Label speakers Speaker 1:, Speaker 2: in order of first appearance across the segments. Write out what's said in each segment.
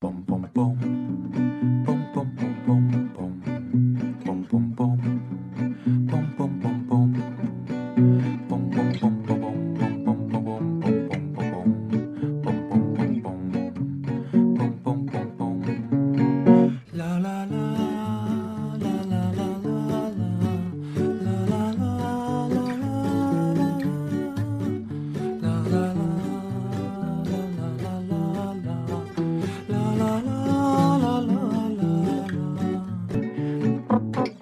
Speaker 1: Bom, bom, bom. Bom, bom, bom, bom, bom. Bom, bom, bom. Bom, bom, bom, bom. Bom, bom, bom, bom, bom. Bom, bom, bom, bom. Bom, bom, bom, bom. Bom, bom, bom, bom. Bom, bom, bom, bom. La, la, la. La, la, la, la, la. La, la, la, la, la, la. La la la la la la la la la la la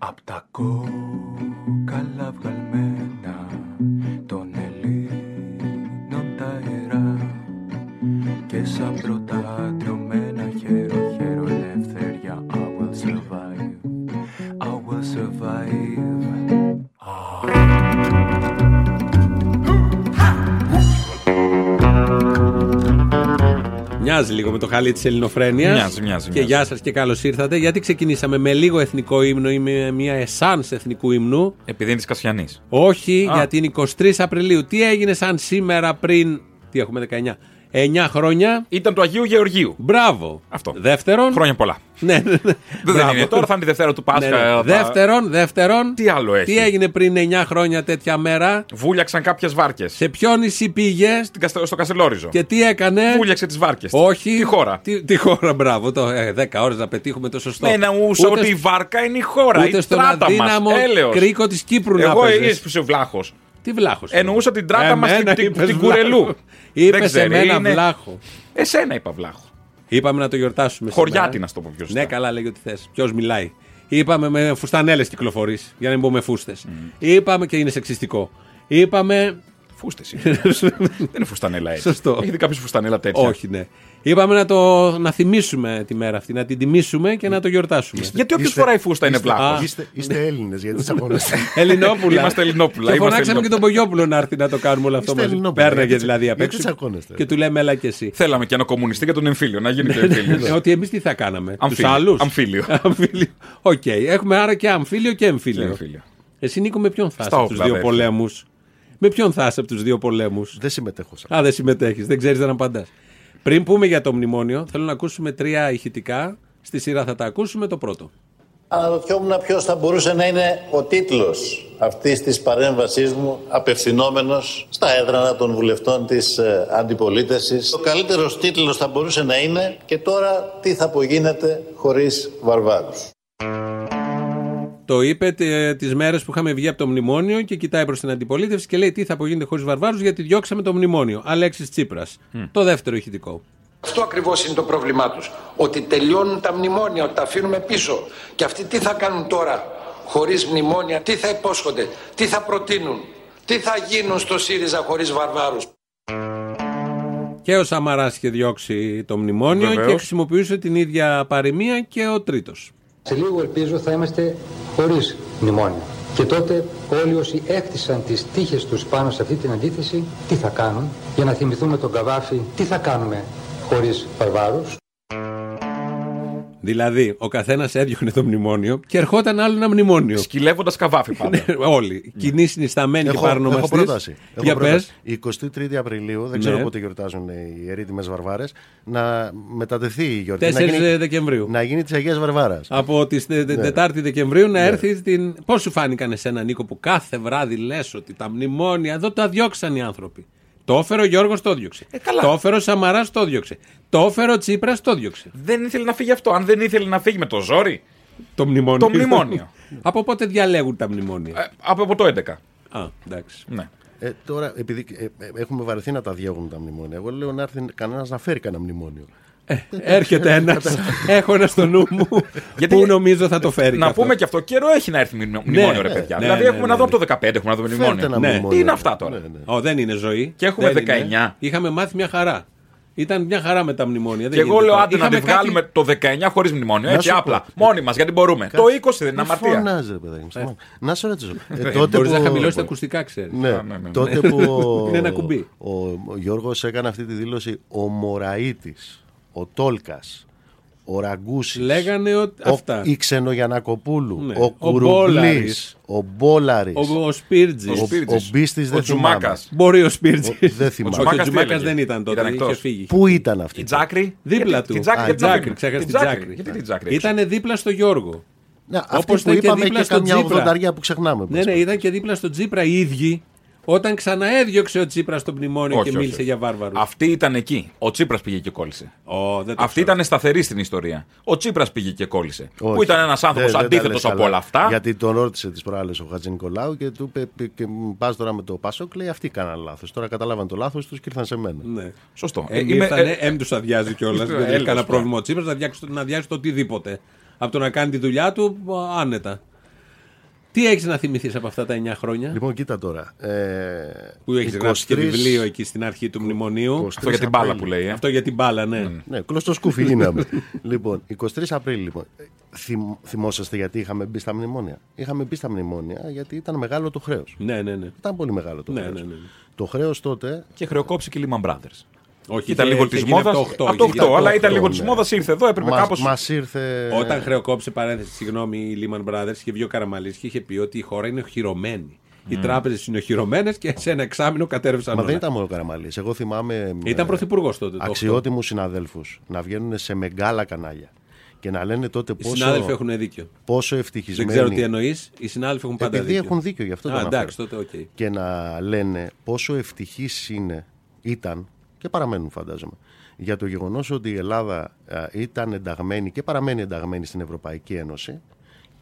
Speaker 1: Απ' τα κόκαλα βγαλμένα των Ελλήνων τα αερά και σαν πρώτα τριωμένα χέρο χέρο ελευθεριά I will survive, I will survive
Speaker 2: Μοιάζει λίγο με το χαλί της Ελληνοφρένειας.
Speaker 3: Μοιάζει, μοιάζει,
Speaker 2: Και
Speaker 3: μοιάζει.
Speaker 2: γεια σας και καλώς ήρθατε. Γιατί ξεκινήσαμε με λίγο εθνικό ύμνο ή με μια εσάν εθνικού ύμνου.
Speaker 3: Επειδή είναι της Κασιανής.
Speaker 2: Όχι,
Speaker 3: Α.
Speaker 2: γιατί είναι 23 Απριλίου. Τι έγινε σαν σήμερα πριν. Τι έχουμε, 19. 9 χρόνια.
Speaker 3: Ήταν του Αγίου Γεωργίου.
Speaker 2: Μπράβο.
Speaker 3: Αυτό.
Speaker 2: Δεύτερον.
Speaker 3: Χρόνια πολλά.
Speaker 2: Ναι, ναι, ναι.
Speaker 3: Δεν
Speaker 2: Μπράβο.
Speaker 3: είναι. Τώρα θα είναι η Δευτέρα του
Speaker 2: Ναι,
Speaker 3: Πάσχα. ε,
Speaker 2: ναι.
Speaker 3: θα-
Speaker 2: Δεύτερον, δεύτερον.
Speaker 3: Τι άλλο έχει.
Speaker 2: Τι έγινε πριν 9 χρόνια τέτοια μέρα.
Speaker 3: Βούλιαξαν κάποιες βάρκες.
Speaker 2: Σε ποιο νησί πήγε
Speaker 3: Στο Καστελόριζο.
Speaker 2: και τι έκανε.
Speaker 3: Βούλιαξε τις βάρκες.
Speaker 2: Όχι.
Speaker 3: Τη χώρα.
Speaker 2: Τι, τη χώρα, μπράβο. Το, ε, 10 ώρες να πετύχουμε το σωστό.
Speaker 3: Με ένα ούσο
Speaker 2: Ούτε
Speaker 3: ότι η
Speaker 2: σ-
Speaker 3: βάρκα είναι η χώρα.
Speaker 2: Ούτε
Speaker 3: η
Speaker 2: στον
Speaker 3: τράτα
Speaker 2: αδύναμο
Speaker 3: μας, έλεος.
Speaker 2: κρίκο της Κύπρου
Speaker 3: Εγώ
Speaker 2: να παίζεις.
Speaker 3: είσαι ο βλάχος.
Speaker 2: Τι βλάχος.
Speaker 3: Εννοούσα την τράτα μας στην- την- την Κουρελού.
Speaker 2: Είπες
Speaker 3: Δεν
Speaker 2: σε
Speaker 3: ξέρω,
Speaker 2: μένα
Speaker 3: είναι-
Speaker 2: βλάχο.
Speaker 3: Εσένα είπα βλάχο.
Speaker 2: Είπαμε να το γιορτάσουμε.
Speaker 3: Χωριάτη
Speaker 2: σήμερα.
Speaker 3: να στο πω πιο σωστά.
Speaker 2: Ναι, καλά, λέγει ότι θες. Ποιος μιλάει. Είπαμε με φουστανέλες κυκλοφορείς. Για να μην πω με φούστες.
Speaker 3: Mm.
Speaker 2: Είπαμε και είναι σεξιστικό. Είπαμε.
Speaker 3: Φούστες Δεν είναι φουστανέλα έτσι.
Speaker 2: Σωστό.
Speaker 3: Έχει δει κάποιος φουστανέλα τέτοια.
Speaker 2: Όχι, ναι. Είπαμε να, το, να θυμίσουμε τη μέρα αυτή, να την τιμήσουμε και να το γιορτάσουμε.
Speaker 3: Γιατί όποιος
Speaker 4: Είστε-
Speaker 3: φοράει φούστα είναι
Speaker 4: είστε-
Speaker 3: βλάχο.
Speaker 2: Α.
Speaker 4: Είστε, είστε Έλληνες για τι αγορέ.
Speaker 2: Ελληνόπουλα.
Speaker 3: Είμαστε Ελληνόπουλα,
Speaker 2: Και
Speaker 3: είμαστε
Speaker 2: φωνάξαμε και
Speaker 3: Ελληνόπουλα.
Speaker 2: τον Πογιόπουλο να έρθει να το κάνουμε όλο αυτό
Speaker 4: Είστε
Speaker 2: μαζί.
Speaker 4: Ελληνόπουλα,
Speaker 2: Πέρναγε
Speaker 4: γιατί-
Speaker 2: δηλαδή απ'
Speaker 4: γιατί
Speaker 2: έξω.
Speaker 4: τσακώνεστε.
Speaker 2: Και του λέμε, έλα και εσύ.
Speaker 3: Θέλαμε και ένα κομμουνιστή για τον εμφύλιο, να γίνει και ο
Speaker 2: Ε,
Speaker 3: εμφύλιος.
Speaker 2: Ότι εμείς τι θα κάναμε. Τους
Speaker 3: Αμφίλιο.
Speaker 2: άλλους.
Speaker 3: Αμφίλιο.
Speaker 2: Αμφίλιο. Οκ. Έχουμε άρα και αμφίλιο και εμφύλιο.
Speaker 3: εμφύλιο.
Speaker 2: Εσύ Νίκο με ποιον θα είσαι
Speaker 3: Στα
Speaker 2: από τους
Speaker 3: όπλα,
Speaker 2: δύο
Speaker 3: αδέρφε.
Speaker 2: πολέμους. Με ποιον θα είσαι από τους δύο πολέμους.
Speaker 4: Δεν συμμετέχω σε αυτό.
Speaker 2: Α, δεν συμμετέχεις, δεν ξέρεις, δεν απαντάς. Πριν πούμε για το μνημόνιο, θέλω να ακούσουμε τρία ηχητικά. Στη σειρά θα τα ακούσουμε το πρώτο.
Speaker 5: Αναρωτιόμουν ποιος θα μπορούσε να είναι ο τίτλος αυτής της παρέμβασής μου, απευθυνόμενος στα έδρανα των βουλευτών της αντιπολίτευσης. Ο καλύτερος τίτλος θα μπορούσε να είναι και τώρα τι θα απογίνεται χωρίς βαρβάρους.
Speaker 2: Το είπε τις μέρες που είχαμε βγει από το μνημόνιο και κοιτάει προς την αντιπολίτευση και λέει τι θα απογίνεται χωρίς βαρβάρους γιατί διώξαμε το μνημόνιο. Αλέξης Τσίπρας. Το δεύτερο ηχητικό.
Speaker 6: Αυτό ακριβώς είναι το πρόβλημά τους. Ότι τελειώνουν τα μνημόνια, ότι τα αφήνουμε πίσω. Και αυτοί τι θα κάνουν τώρα χωρίς μνημόνια, τι θα υπόσχονται, τι θα προτείνουν, τι θα γίνουν στο ΣΥΡΙΖΑ χωρίς βαρβάρους.
Speaker 2: Και ο Σαμαράς είχε διώξει το μνημόνιο
Speaker 3: Βεβαίως.
Speaker 2: και χρησιμοποιούσε την ίδια παροιμία και ο τρίτος.
Speaker 7: Σε λίγο ελπίζω θα είμαστε χωρίς μνημόνια. Και τότε όλοι όσοι έκτισαν τις τύχες τους πάνω σε αυτή την αντίθεση, τι θα κάνουν για να θυμηθούμε τον Καβάφη, τι θα κάνουμε χωρίς βαρβάρους.
Speaker 2: Δηλαδή, ο καθένας έδιωχνε το μνημόνιο και ερχόταν άλλο ένα μνημόνιο.
Speaker 3: Σκυλεύοντας καβάφι πάντα.
Speaker 2: Όλοι. Κοινή συνισταμένη και
Speaker 4: Ναι. έχω
Speaker 2: παρονομαστή.
Speaker 4: πρόταση. Έχω
Speaker 2: Για πε.
Speaker 4: πρόταση. Η 23η Απριλίου, δεν
Speaker 2: Ναι.
Speaker 4: ξέρω πότε γιορτάζουν οι ερήτημες Βαρβάρες, να μετατεθεί η γιορτή.
Speaker 2: 4
Speaker 4: να γίνει,
Speaker 2: Δεκεμβρίου.
Speaker 4: να γίνει της Αγίας Βαρβάρας.
Speaker 2: Από τη τε- τε- Τετάρτη Δεκεμβρίου να έρθει την. Πώς σου φάνηκαν εσένα, Νίκο, που κάθε βράδυ λες ότι τα μνημόνια εδώ τα διώξαν οι άνθρωποι. Το έφερε ο Γιώργος, το διώξε. το έφερε ο Σαμαράς, το διώξε. Το έφερε ο Τσίπρας, το διώξε.
Speaker 3: Δεν ήθελε να φύγει αυτό. Αν δεν ήθελε να φύγει με το ζόρι.
Speaker 2: Το μνημόνιο.
Speaker 3: Το μνημόνιο.
Speaker 2: από πότε διαλέγουν τα μνημόνια.
Speaker 3: ε, Από από το 11.
Speaker 2: Α, εντάξει.
Speaker 3: Ναι.
Speaker 4: Ε, τώρα, επειδή ε, ε, έχουμε βαρεθεί να τα διώγουμε τα μνημόνια, εγώ λέω να έρθει κανένας να φέρει κανένα μνημόνιο.
Speaker 2: Ε, Έρχεται ένας. έχω ένα στο νου μου
Speaker 3: Γιατί-
Speaker 2: που νομίζω θα το
Speaker 4: Ε,
Speaker 2: φέρει.
Speaker 3: Να
Speaker 2: κι αυτό.
Speaker 3: πούμε και αυτό. Καιρό έχει να έρθει μνημ- μνημόνιο, ρε
Speaker 2: ναι,
Speaker 3: παιδιά.
Speaker 2: ναι,
Speaker 3: Δηλαδή
Speaker 2: ναι,
Speaker 3: έχουμε
Speaker 2: ναι,
Speaker 3: να δούμε
Speaker 2: ναι.
Speaker 3: από το 15, έχουμε να δούμε
Speaker 4: Φέρτε ένα
Speaker 3: μνημόνιο.
Speaker 2: Ναι.
Speaker 4: μνημόνιο.
Speaker 3: Τι είναι αυτά τώρα.
Speaker 4: Ναι, ναι.
Speaker 2: Ω, δεν είναι ζωή.
Speaker 3: Και έχουμε
Speaker 2: Δεν
Speaker 3: 19.
Speaker 2: είναι. Είχαμε μάθει μια χαρά. Ήταν μια χαρά με τα μνημόνια. Δεν
Speaker 3: Και εγώ
Speaker 2: γίνεται
Speaker 3: λέω
Speaker 2: τώρα.
Speaker 3: άντε να
Speaker 2: Είχαμε
Speaker 3: τη
Speaker 2: κάτι-
Speaker 3: βγάλουμε το 19 χωρίς μνημόνιο. Έτσι
Speaker 4: σου πω.
Speaker 3: απλά. Μόνοι μας γιατί
Speaker 2: Ε,
Speaker 3: μπορούμε. Το 20 δεν είναι
Speaker 4: Μη
Speaker 3: αμαρτία.
Speaker 4: φωνάζε, παιδάκι μου, σταμάτα. Να σε ρωτήσω. Ε, τότε
Speaker 2: Μπορείς να
Speaker 4: που-
Speaker 2: χαμηλώσεις τα ακουστικά, ξέρεις.
Speaker 4: Ναι,
Speaker 3: ναι, ναι.
Speaker 4: τότε που ο-
Speaker 2: Είναι ένα κουμπί.
Speaker 4: Ο, ο Γιώργος έκανε αυτή τη δήλωση ο Μωραΐτης ο Τόλκας, ο Ραγκούσης,
Speaker 2: Λέγανε ότι.
Speaker 4: ο,
Speaker 2: αυτά.
Speaker 4: η Ξενογιανακοπούλου,
Speaker 2: Ναι.
Speaker 4: ο
Speaker 2: Ο
Speaker 4: Κουρουμπλής,
Speaker 2: Μπόλαρης.
Speaker 4: ο Μπόλαρης,
Speaker 2: Ο, ο Σπίρτζης.
Speaker 4: ο-
Speaker 3: Σπίρτζης.
Speaker 4: ο Μπίστης
Speaker 3: Ο
Speaker 4: δεν
Speaker 3: Τζουμάκας.
Speaker 4: θυμάμαι.
Speaker 2: Μπορεί ο Σπίρτζης.
Speaker 4: Ο- δεν θυμάμαι.
Speaker 2: Όχι, Ο
Speaker 3: Τζουμάκας τι
Speaker 2: Τζουμάκα
Speaker 3: έλεγε.
Speaker 2: δεν ήταν τότε.
Speaker 3: Ήταν
Speaker 2: είχε
Speaker 3: εκτός.
Speaker 2: φύγει.
Speaker 4: Πού ήταν αυτή.
Speaker 3: Η Τζάκρη.
Speaker 2: Δίπλα
Speaker 3: Γιατί-
Speaker 2: του.
Speaker 3: Την Τζάκρη
Speaker 2: Α,
Speaker 3: γιατί
Speaker 2: Τζάκρη,
Speaker 3: το αφήνουμε.
Speaker 2: ξέχασε
Speaker 3: Την
Speaker 2: την Τζάκρη.
Speaker 3: Γιατί την Τζάκρη. έξω.
Speaker 2: Ήταν δίπλα στο Γιώργο.
Speaker 4: Ναι, αυτή
Speaker 2: Όπως
Speaker 4: που
Speaker 2: ήταν και
Speaker 4: είπαμε
Speaker 2: δίπλα
Speaker 4: και
Speaker 2: στον
Speaker 4: καμιά
Speaker 2: Τζίπρα.
Speaker 4: ογδονταριά που ξεχνάμε.
Speaker 2: Ναι, ναι, ήταν και δίπλα στον Τσίπρα οι ίδιοι όταν ξαναέδιωξε ο Τσίπρας στο μνημόνιο
Speaker 3: Όχι,
Speaker 2: και
Speaker 3: όχι,
Speaker 2: μίλησε
Speaker 3: όχι.
Speaker 2: για βάρβαρους.
Speaker 3: Αυτή ήταν εκεί. Ο Τσίπρας πήγε και κόλλησε.
Speaker 2: Ω, δεν το
Speaker 3: Αυτή
Speaker 2: ξέρω.
Speaker 3: ήταν σταθερή στην ιστορία. Ο Τσίπρας πήγε και κόλλησε.
Speaker 4: Όχι.
Speaker 3: Που ήταν ένας
Speaker 4: Δεν- δεν
Speaker 3: άνθρωπο
Speaker 4: τα λες
Speaker 3: αντίθετο από
Speaker 4: καλά.
Speaker 3: όλα αυτά.
Speaker 4: Γιατί τον ρώτησε τις προάλλες ο Χατζη Νικολάου και του είπε: Πας τώρα με το Πασόκ, λέει αυτοί κάναν λάθος. Τώρα καταλάβαν το λάθος τους και ήρθαν σε μένα.
Speaker 2: Ναι.
Speaker 3: Σωστό.
Speaker 2: Ε,
Speaker 3: Είμαι-
Speaker 2: ήρθανε,
Speaker 3: ε,
Speaker 2: εμ τους αδειάζει κιόλας.
Speaker 3: Ε,
Speaker 2: δεν έχει
Speaker 3: έλεος,
Speaker 2: κανένα
Speaker 3: ναι.
Speaker 2: πρόβλημα ο Τσίπρας να διάξει, να διάξει το οτιδήποτε. Από το να κάνει τη δουλειά του α, άνετα. Τι έχεις να θυμηθείς από αυτά τα 9 χρόνια
Speaker 4: Λοιπόν, κοίτα τώρα. Ε,
Speaker 2: που έχεις γράψει και
Speaker 4: 23
Speaker 2: βιβλίο εκεί στην αρχή του
Speaker 4: 23
Speaker 2: μνημονίου.
Speaker 3: Αυτό για την μπάλα
Speaker 4: Απρίλη.
Speaker 3: που λέει. ε.
Speaker 2: Αυτό για την μπάλα, ναι.
Speaker 4: Ναι, κλωστό σκούφι γίναμε. λοιπόν, 23 Απρίλη, λοιπόν. Ε, Θυμ, θυμόσαστε γιατί είχαμε μπει στα μνημόνια. Είχαμε μπει στα μνημόνια γιατί ήταν μεγάλο το χρέος.
Speaker 2: Ναι, ναι, ναι.
Speaker 4: Ήταν πολύ μεγάλο το
Speaker 2: Ναι,
Speaker 4: χρέος.
Speaker 2: ναι, ναι.
Speaker 4: Το χρέος τότε.
Speaker 3: Και χρεοκόψει και Lehman Brothers.
Speaker 2: Όχι,
Speaker 3: Ήταν
Speaker 2: είχε-
Speaker 3: λίγο
Speaker 2: είχε
Speaker 3: τη
Speaker 2: γίνει
Speaker 3: μόδα. Από το 8, αλλά ήταν λίγο τη
Speaker 4: ναι.
Speaker 3: μόδας, ήρθε εδώ, έπρεπε κάπως.
Speaker 4: Μας ήρθε.
Speaker 2: Όταν χρεοκόπησε παρένθεση, συγγνώμη, η Lehman Brothers είχε βγει ο Καραμαλής και είχε πει ότι η χώρα είναι οχυρωμένη. Οι τράπεζες είναι οχυρωμένε και σε ένα εξάμεινο κατέρευσαν
Speaker 4: Μα
Speaker 2: όλα.
Speaker 4: δεν ήταν μόνο ο Καραμαλής. Εγώ θυμάμαι. ε,
Speaker 2: Ναι. Ήταν πρωθυπουργός τότε. Το 8.
Speaker 4: αξιότιμους συναδέλφους να βγαίνουν σε μεγάλα κανάλια και να λένε τότε
Speaker 2: Οι
Speaker 4: πόσο,
Speaker 2: συνάδελφοι έχουν δίκιο.
Speaker 4: πόσο
Speaker 2: Δεν
Speaker 4: ευτυχισμένοι
Speaker 2: ξέρω τι εννοείς. Οι συνάδελφοι έχουν πάντα
Speaker 4: επειδή
Speaker 2: δίκιο.
Speaker 4: έχουν δίκιο γι' αυτό το
Speaker 2: Α,
Speaker 4: αναφέρω.
Speaker 2: εντάξει, τότε οκ.
Speaker 4: και να λένε πόσο ευτυχείς είναι, ήταν και παραμένουν φαντάζομαι για το γεγονός ότι η Ελλάδα α, ήταν ενταγμένη και παραμένει ενταγμένη στην Ευρωπαϊκή Ένωση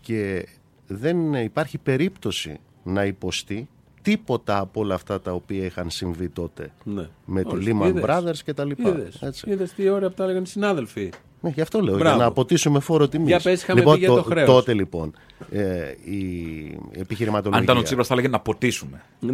Speaker 4: και δεν υπάρχει περίπτωση να υποστεί τίποτα από όλα αυτά τα οποία είχαν συμβεί τότε
Speaker 2: Ναι.
Speaker 4: με Ε, τη
Speaker 2: Ορίστε,
Speaker 4: Lehman
Speaker 2: είδες.
Speaker 4: Brothers και τα λοιπά.
Speaker 2: Είδες.
Speaker 4: Έτσι.
Speaker 2: Είδες τι ωραία που τα έλεγαν οι συνάδελφοι.
Speaker 4: Ναι, γι' αυτό λέω. Για
Speaker 2: Μπράβο.
Speaker 4: να αποτίσουμε φόρο τιμής.
Speaker 2: Για πες, είχαμε πει για το χρέος.
Speaker 4: Τότε λοιπόν ε, η επιχειρηματολογία.
Speaker 3: Αν ήταν ο Τσίπρας, θα έλεγε να ποτίσουμε.
Speaker 4: Ναι,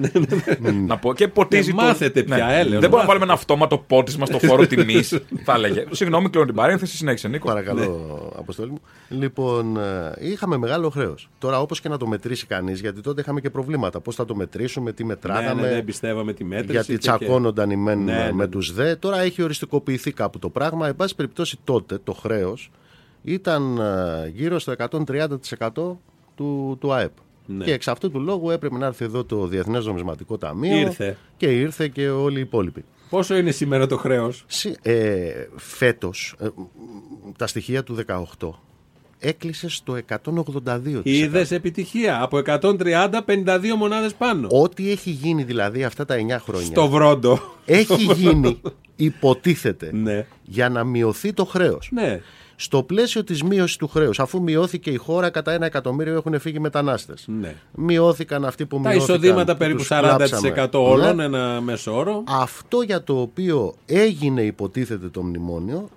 Speaker 3: να πω, και ποτίζει.
Speaker 2: Ναι,
Speaker 3: το-
Speaker 2: μάθετε πια, έλεος,
Speaker 3: Δεν μπορούμε να
Speaker 2: μάθετε.
Speaker 3: βάλουμε ένα αυτόματο πότισμα στο φόρο τιμής. θα έλεγε. Συγγνώμη, κλείνω την παρένθεση, συνέχισε Νίκο.
Speaker 4: Παρακαλώ,
Speaker 2: Ναι.
Speaker 4: Αποστόλη μου. Λοιπόν, ε, είχαμε μεγάλο χρέος. Τώρα, όπως και να το μετρήσει κανείς, γιατί τότε είχαμε και προβλήματα. Πώς θα το μετρήσουμε, τι
Speaker 2: Ναι,
Speaker 4: μετράγαμε.
Speaker 2: ναι, δεν πιστεύαμε τη μέτρηση.
Speaker 4: γιατί
Speaker 2: και-
Speaker 4: τσακώνονταν οι μεν
Speaker 2: Ναι, ναι,
Speaker 4: με
Speaker 2: ναι.
Speaker 4: τους δε. Τώρα έχει οριστικοποιηθεί κάπου το πράγμα. Εν πάση περιπτώσει, τότε το χρέος ήταν ε, γύρω στο 130% του, του ΑΕΠ.
Speaker 2: Ναι.
Speaker 4: Και εξ αυτού του λόγου έπρεπε να έρθει εδώ το Διεθνές Νομισματικό Ταμείο.
Speaker 2: Ήρθε.
Speaker 4: Και ήρθε και όλοι οι υπόλοιποι.
Speaker 2: και- Πόσο είναι σήμερα το χρέος.
Speaker 4: Συ- Ε, φέτος, ε, μ, τα στοιχεία του 18 έκλεισε στο 182%.
Speaker 2: Είδες επιτυχία. Από 130, 52 μονάδες πάνω.
Speaker 4: Ό,τι έχει γίνει δηλαδή αυτά τα 9 χρόνια
Speaker 2: Στο βρόντο.
Speaker 4: έχει γίνει, υποτίθεται,
Speaker 2: Ναι.
Speaker 4: για να μειωθεί το χρέος.
Speaker 2: Ναι.
Speaker 4: Στο πλαίσιο της μείωσης του χρέους, αφού μειώθηκε η χώρα κατά ένα εκατομμύριο έχουν φύγει μετανάστες.
Speaker 2: Ναι.
Speaker 4: Μειώθηκαν αυτοί που
Speaker 2: Τα
Speaker 4: μειώθηκαν.
Speaker 2: εισοδήματα
Speaker 4: που
Speaker 2: περίπου
Speaker 4: τους
Speaker 2: 40%
Speaker 4: κλάψαμε.
Speaker 2: όλων,
Speaker 4: Ναι.
Speaker 2: ένα μέσο όρο.
Speaker 4: Αυτό για το οποίο έγινε υποτίθεται το μνημόνιο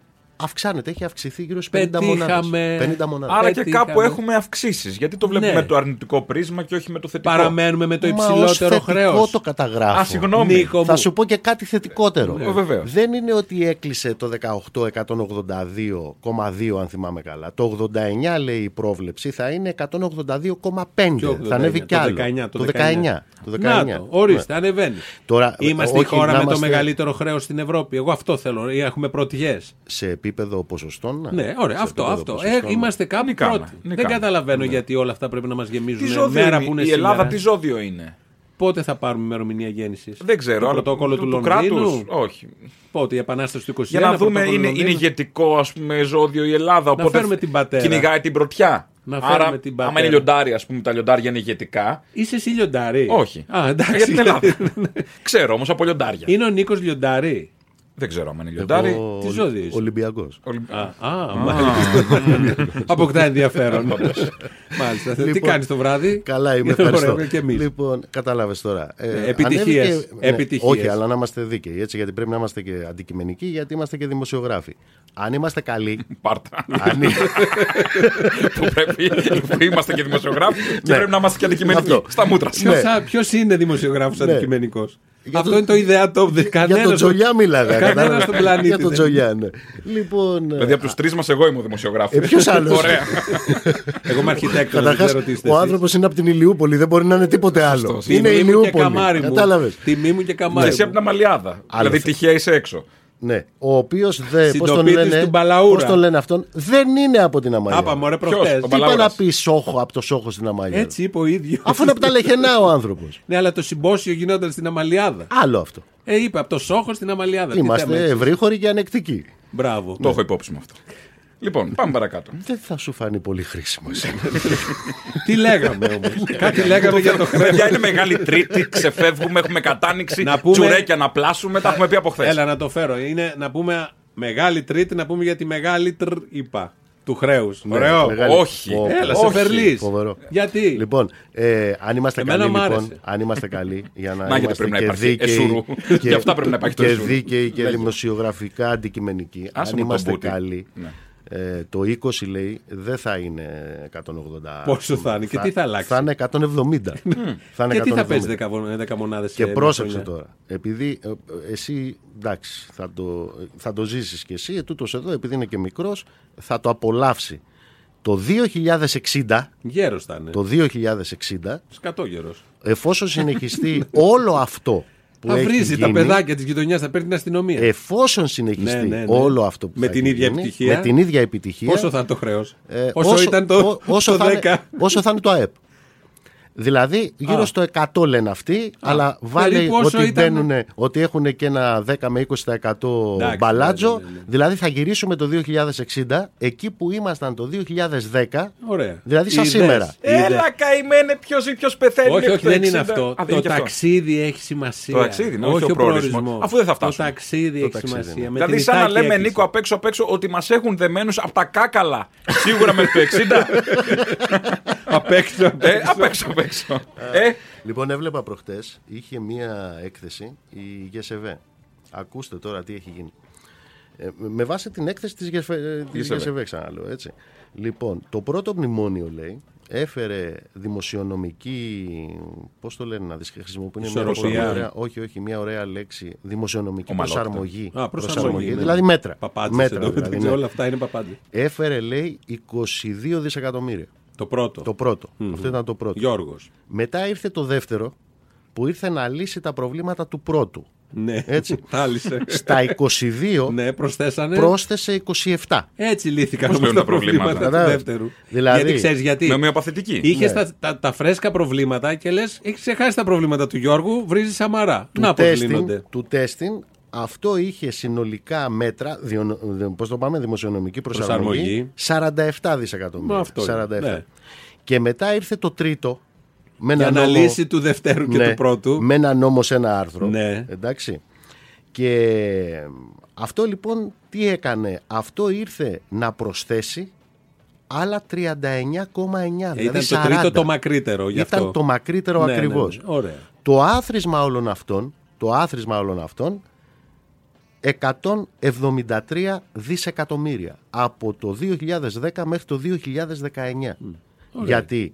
Speaker 4: αυξάνεται, έχει αυξηθεί γύρω στις 50
Speaker 2: Πετύχαμε.
Speaker 4: μονάδες. 50 μονάδες.
Speaker 3: Άρα και
Speaker 2: Πετύχαμε.
Speaker 3: κάπου έχουμε αυξήσεις. Γιατί το βλέπουμε
Speaker 2: Ναι.
Speaker 3: με το αρνητικό πρίσμα και όχι με το θετικό.
Speaker 2: Παραμένουμε με το
Speaker 4: Μα ως
Speaker 2: υψηλότερο
Speaker 4: θετικό
Speaker 2: χρέος.
Speaker 4: το καταγράφω.
Speaker 3: Α, συγγνώμη.
Speaker 2: Νίκο.
Speaker 4: Θα
Speaker 2: μου.
Speaker 4: σου πω και κάτι θετικότερο.
Speaker 3: Ε, βεβαίως.
Speaker 4: Δεν είναι ότι έκλεισε το 18 182,2 αν θυμάμαι καλά. Το 89 λέει η πρόβλεψη θα είναι 182,5. Ναι. Θα ανέβει κι άλλο.
Speaker 2: 19, το 19.
Speaker 4: Το 19. Το 19.
Speaker 2: Να το, ορίστε, ανεβαίνει.
Speaker 4: Τώρα,
Speaker 2: είμαστε
Speaker 4: όχι,
Speaker 2: η χώρα
Speaker 4: να
Speaker 2: με το
Speaker 4: είμαστε-
Speaker 2: μεγαλύτερο χρέος στην Ευρώπη. Εγώ αυτό θέλω. Ε, Έχουμε πρωτιές.
Speaker 4: Σε επίπεδο ποσοστών.
Speaker 2: Ναι, ωραία,
Speaker 4: Σε
Speaker 2: αυτό,
Speaker 4: επίπεδο ναι.
Speaker 2: αυτό. Ε,
Speaker 4: ποσοστών.
Speaker 2: είμαστε κάπου
Speaker 3: Νικάμε,
Speaker 2: πρώτοι. Δεν
Speaker 3: νικάμε.
Speaker 2: καταλαβαίνω γιατί όλα αυτά πρέπει να μας
Speaker 3: Τι
Speaker 2: γεμίζουν
Speaker 3: ζώδιο
Speaker 2: μέρα
Speaker 3: είναι.
Speaker 2: που είναι
Speaker 3: Η Ελλάδα
Speaker 2: σήμερα.
Speaker 3: τι ζώδιο είναι.
Speaker 2: Πότε θα πάρουμε ημερομηνία γέννησης.
Speaker 3: Δεν ξέρω.
Speaker 2: Το
Speaker 3: αλλά
Speaker 2: πρωτόκολλο του, Λονδίνου.
Speaker 3: κράτους, Όχι.
Speaker 2: Πότε η επανάσταση του 21.
Speaker 3: Για να δούμε,
Speaker 2: πρωτόκολλο
Speaker 3: είναι, είναι
Speaker 2: Λονδίνου.
Speaker 3: ηγετικό ας πούμε, ζώδιο η Ελλάδα. Οπότε
Speaker 2: φέρουμε την πατέρα.
Speaker 3: Κυνηγάει την πρωτιά.
Speaker 2: Να φέρουμε
Speaker 3: Άρα,
Speaker 2: την
Speaker 3: άμα
Speaker 2: πατέρα.
Speaker 3: είναι λιοντάρι, ας πούμε, τα λιοντάρια είναι ηγετικά.
Speaker 2: Είσαι εσύ λιοντάρι.
Speaker 3: Όχι.
Speaker 2: Α, εντάξει.
Speaker 3: Για την Ελλάδα. ξέρω όμως από λιοντάρια.
Speaker 2: είναι ο Νίκος λιοντάρι.
Speaker 3: Δεν ξέρω αν είναι λιοντάρι.
Speaker 4: Ο-
Speaker 2: Τι ζώδιο είσαι?
Speaker 4: Ολυμπιακός.
Speaker 3: Ολυμπ-
Speaker 2: Α, α, μάλιστα. Αποκτά ενδιαφέρον. μάλιστα. Τι
Speaker 4: Λοιπόν,
Speaker 2: κάνεις το βράδυ.
Speaker 4: Καλά, είμαι ευχαριστώ.
Speaker 2: Ωραία, και εμείς.
Speaker 4: Λοιπόν, κατάλαβες τώρα.
Speaker 2: Ναι, επιτυχίες,
Speaker 4: ανέβηκε- ναι,
Speaker 2: επιτυχίες.
Speaker 4: όχι, αλλά να είμαστε δίκαιοι. Έτσι, γιατί πρέπει να είμαστε και αντικειμενικοί, γιατί είμαστε και δημοσιογράφοι. Αν είμαστε καλοί.
Speaker 3: Πάρτα.
Speaker 4: αν...
Speaker 3: που πρέπει. που είμαστε και δημοσιογράφοι και
Speaker 4: Ναι.
Speaker 3: πρέπει να είμαστε και αντικειμενικοί.
Speaker 4: Αυτό.
Speaker 3: Στα μούτρα. σας.
Speaker 4: Ναι.
Speaker 2: Ποιος είναι δημοσιογράφος
Speaker 4: Ναι.
Speaker 2: αντικειμενικός.
Speaker 4: Για
Speaker 2: Αυτό
Speaker 4: το-
Speaker 2: είναι το ιδεάτο. δεν-
Speaker 4: για τον
Speaker 2: Ναι, κανένας-
Speaker 4: Τζολιά μίλαγα.
Speaker 2: Κανένα
Speaker 4: κατάλαβες.
Speaker 2: στον πλανήτη.
Speaker 4: ναι, Για τον
Speaker 2: δεν-
Speaker 4: Τζολιά, ναι. Λοιπόν.
Speaker 3: Δηλαδή από τους τρεις μας, εγώ είμαι ο
Speaker 4: Ε,
Speaker 3: δημοσιογράφο.
Speaker 4: ποιος άλλος?
Speaker 3: Ωραία.
Speaker 2: Εγώ είμαι αρχιτέκτονα. Δεν
Speaker 4: Καταρχάς,
Speaker 2: ξέρω τι είστε.
Speaker 4: ο
Speaker 2: εσείς.
Speaker 4: άνθρωπος είναι από την Ηλιούπολη, δεν μπορεί να είναι τίποτε άλλο.
Speaker 3: Σωστός.
Speaker 4: Είναι
Speaker 2: Τιμή μου και
Speaker 4: Ηλιούπολη.
Speaker 2: καμάρι μου.
Speaker 4: Κατάλαβες.
Speaker 2: Τιμή μου και
Speaker 3: Και
Speaker 2: καμάρι
Speaker 3: εσύ από
Speaker 2: μου.
Speaker 3: την Αμαλιάδα.
Speaker 4: Άλλος
Speaker 3: Δηλαδή
Speaker 4: αυτό.
Speaker 3: τυχαία είσαι έξω.
Speaker 4: Ναι. Ο οποίος δεν. Πώς τον,
Speaker 2: Συντοπίτης
Speaker 4: λένε,
Speaker 2: του Μπαλαούρα.
Speaker 4: πώς τον λένε αυτόν, δεν είναι από την Αμαλία.
Speaker 2: Άπα μωρέ
Speaker 3: Ποιος,
Speaker 2: προχτές.
Speaker 3: ο
Speaker 4: Τι πάει να
Speaker 3: Μπαλαούρας.
Speaker 4: πεις Σόχο από το Σόχο στην Αμαλία.
Speaker 2: Έτσι είπε ο ίδιος.
Speaker 4: Ε. Αφού είναι από τα λεχενά ο άνθρωπος.
Speaker 2: Ναι, αλλά το συμπόσιο γινόταν στην Αμαλιάδα.
Speaker 4: Άλλο αυτό.
Speaker 2: Ε, είπε από το Σόχο στην Αμαλιάδα. Ε, Τι θέμα
Speaker 4: Είμαστε
Speaker 2: έτσι.
Speaker 4: ευρύχωροι και ανεκτικοί.
Speaker 2: Μπράβο.
Speaker 3: Το έχω υπόψη μου αυτό. Λοιπόν, πάμε παρακάτω.
Speaker 4: Δεν θα σου φανεί πολύ χρήσιμο. εσένα.
Speaker 2: Τι λέγαμε όμως.
Speaker 3: Ναι,
Speaker 2: Κάτι λέγαμε για το χρέο.
Speaker 3: Παιδιά, είναι μεγάλη Τρίτη, ξεφεύγουμε, έχουμε κατάνοιξη.
Speaker 2: Να πούμε-
Speaker 3: Τσουρέκια να πλάσουμε, τα έχουμε πει από χθες.
Speaker 2: Έλα να το φέρω. Είναι να πούμε μεγάλη Τρίτη, να πούμε για τη μεγάλη τρ είπα του χρέους. Ωραίο.
Speaker 4: Ναι, μεγάλη-
Speaker 3: Όχι.
Speaker 4: Ω,
Speaker 2: Έλα, σε
Speaker 3: Όχι.
Speaker 2: φερλείς.
Speaker 4: Φοβερό.
Speaker 2: Γιατί.
Speaker 4: Λοιπόν, ε, αν είμαστε
Speaker 2: Εμένα
Speaker 4: καλοί,
Speaker 2: μ' άρεσε.
Speaker 4: λοιπόν, αν είμαστε καλοί, για να,
Speaker 3: Να, γιατί
Speaker 4: είμαστε
Speaker 3: πρέπει να
Speaker 4: και
Speaker 3: υπάρχει
Speaker 4: δίκαιοι,
Speaker 3: εσουρού. Γι' αυτά πρέπει να υπάρχει το
Speaker 4: και
Speaker 3: εσουρού.
Speaker 4: δίκαιοι και δημοσιογραφικά αντικειμενικοί,
Speaker 3: Άσε
Speaker 4: αν
Speaker 3: μου τον
Speaker 4: είμαστε
Speaker 3: Πούτι.
Speaker 4: καλοί,
Speaker 3: Ναι.
Speaker 4: ε, το 20 λέει δεν θα είναι 180.
Speaker 2: Πόσο θα είναι και τι θα αλλάξει.
Speaker 4: Θα είναι 170. θα είναι
Speaker 2: Και τι θα
Speaker 4: 170.
Speaker 2: παίζει 10 μονάδε.
Speaker 4: Και πρόσεξε τώρα. Επειδή ε, ε, εσύ, εντάξει, θα το, θα το ζήσεις κι εσύ, ετούτος εδώ, επειδή είναι και μικρός, θα το απολαύσει. Το 2060,
Speaker 2: Γέρος θα είναι.
Speaker 4: το 2060,
Speaker 2: Σκατόγερος.
Speaker 4: εφόσον συνεχιστεί όλο αυτό που
Speaker 2: Θα
Speaker 4: έχει
Speaker 2: βρίζει τα
Speaker 4: γίνει, Ε,
Speaker 2: παιδάκια της γειτονιάς, θα παίρνει την αστυνομία.
Speaker 4: εφόσον συνεχιστεί
Speaker 2: Ναι, ναι, ναι.
Speaker 4: όλο αυτό που
Speaker 2: Με
Speaker 4: θα
Speaker 2: την
Speaker 4: έχει
Speaker 2: ίδια
Speaker 4: γίνει,
Speaker 2: επιτυχία.
Speaker 4: με την ίδια επιτυχία
Speaker 2: Πόσο θα είναι το χρέος.
Speaker 4: ε,
Speaker 2: όσο, ήταν το,
Speaker 4: ό- όσο
Speaker 2: το
Speaker 4: θα
Speaker 2: 10.
Speaker 4: είναι, όσο θα είναι το ΑΕΠ Δηλαδή γύρω
Speaker 2: Α.
Speaker 4: στο 100 λένε αυτοί, αλλά βάλε
Speaker 2: περίπου όσο
Speaker 4: ότι,
Speaker 2: ήταν.
Speaker 4: μπαίνουνε- ότι έχουν και ένα 10 με 20%
Speaker 2: Εντάξει,
Speaker 4: μπαλάτζο.
Speaker 2: ναι, ναι, ναι.
Speaker 4: Δηλαδή θα γυρίσουμε το 2060 εκεί που ήμασταν το 2010.
Speaker 2: Ωραία.
Speaker 4: Δηλαδή σαν
Speaker 2: Είδες.
Speaker 4: σήμερα.
Speaker 2: Είδες.
Speaker 3: Έλα, καημένε, ποιος ή ποιος πεθαίνει.
Speaker 2: Όχι,
Speaker 3: μέχρι
Speaker 2: όχι,
Speaker 3: το
Speaker 2: δεν
Speaker 3: 60.
Speaker 2: είναι αυτό.
Speaker 3: Α, δεν
Speaker 2: το
Speaker 3: είναι και αυτό.
Speaker 2: ταξίδι έχει σημασία.
Speaker 3: Το ταξίδι, ναι,
Speaker 2: όχι
Speaker 3: όχι
Speaker 2: ο
Speaker 3: ο προορισμός.
Speaker 2: προορισμός.
Speaker 3: Αφού δεν θα
Speaker 2: Το
Speaker 3: φτάσουμε.
Speaker 2: ταξίδι έχει
Speaker 4: ταξίδι,
Speaker 2: σημασία.
Speaker 4: ναι.
Speaker 2: Με
Speaker 3: Δηλαδή,
Speaker 2: την
Speaker 3: σαν να
Speaker 2: Ιτάκη
Speaker 3: λέμε
Speaker 2: έκλεισε.
Speaker 3: Νίκο απ' έξω απ' έξω ότι μας έχουν δεμένους από τα κάκαλα. Σίγουρα μέχρι το 60.
Speaker 2: Απ' έξω, απ'
Speaker 3: Ε,
Speaker 2: έξω.
Speaker 3: απ' έξω, απ' έξω. Ε,
Speaker 4: Λοιπόν, έβλεπα προχτές, είχε μία έκθεση η ΓΕΣΕΒΕ. Ακούστε τώρα τι έχει γίνει. Ε, με βάση την έκθεση της, ΓΕΣΕΒΕ, ε, της
Speaker 3: ΓΕΣΕΒΕ.
Speaker 4: ΓΕΣΕΒΕ, ξαναλέω, έτσι. Λοιπόν, το πρώτο μνημόνιο, λέει, έφερε δημοσιονομική, πώς το λένε να δεις, χρησιμοποιούν μια
Speaker 2: Ισορροπία.
Speaker 4: πολύ ωραία, όχι, όχι, μια ωραία λέξη, δημοσιονομική
Speaker 3: Ομαλότητα.
Speaker 4: προσαρμογή.
Speaker 2: Α, προσαρμογή. ναι.
Speaker 4: δηλαδή μέτρα.
Speaker 2: Παπάντζες
Speaker 4: μέτρα
Speaker 2: εδώ,
Speaker 4: δηλαδή,
Speaker 2: μεταξύ,
Speaker 4: ναι.
Speaker 2: Όλα αυτά είναι παπάντζες.
Speaker 4: Έφερε, λέει, 22 δισεκατομμύρια.
Speaker 2: Το πρώτο.
Speaker 4: Το πρωτο Αυτό ήταν το πρώτο.
Speaker 2: Γιώργος.
Speaker 4: Μετά ήρθε το δεύτερο που ήρθε να λύσει τα προβλήματα του πρώτου.
Speaker 2: Ναι,
Speaker 4: Έτσι.
Speaker 2: Θάλησε.
Speaker 4: Στα 22
Speaker 2: ναι, προσθέσανε.
Speaker 4: πρόσθεσε 27.
Speaker 2: Έτσι λύθηκαν
Speaker 3: Πώς
Speaker 2: όμως
Speaker 3: λύνουν τα προβλήματα.
Speaker 2: τα προβλήματα του
Speaker 4: Κατάλαβες.
Speaker 2: δεύτερου.
Speaker 4: Δηλαδή- Ναι.
Speaker 2: γιατί ξέρεις γιατί.
Speaker 3: με ομοιοπαθητική.
Speaker 2: Είχες τα, τα, τα φρέσκα προβλήματα και λες: Έχεις ξεχάσει τα προβλήματα του Γιώργου, βρίζεις Σαμαρά.
Speaker 4: Του
Speaker 2: Να πώ
Speaker 4: testing,
Speaker 2: λύνονται.
Speaker 4: του testing αυτό είχε συνολικά μέτρα, διονο- δε- πώς το πάμε, δημοσιονομική προσαρμογή, 47 δισεκατομμύρια.
Speaker 2: Μα αυτό είναι,
Speaker 4: 47.
Speaker 2: ναι.
Speaker 4: Και μετά ήρθε το τρίτο. Με
Speaker 2: Η
Speaker 4: ένα νόμο-
Speaker 2: αναλύση του δευτέρου και
Speaker 4: Ναι,
Speaker 2: του πρώτου.
Speaker 4: Με ένα νόμο σε ένα άρθρο.
Speaker 2: Ναι.
Speaker 4: Εντάξει. Και αυτό λοιπόν τι έκανε. Αυτό ήρθε να προσθέσει άλλα 39,9.
Speaker 2: Ε,
Speaker 4: δηλαδή
Speaker 2: ήταν το
Speaker 4: 40.
Speaker 2: τρίτο το μακρύτερο. Γι αυτό.
Speaker 4: Ήταν το μακρύτερο
Speaker 2: Ναι, ναι,
Speaker 4: ακριβώς.
Speaker 2: ναι, Ωραία.
Speaker 4: Το άθροισμα όλων αυτών, το άθροισμα όλων αυτών 173 δισεκατομμύρια από το 2010 μέχρι το 2019. Γιατί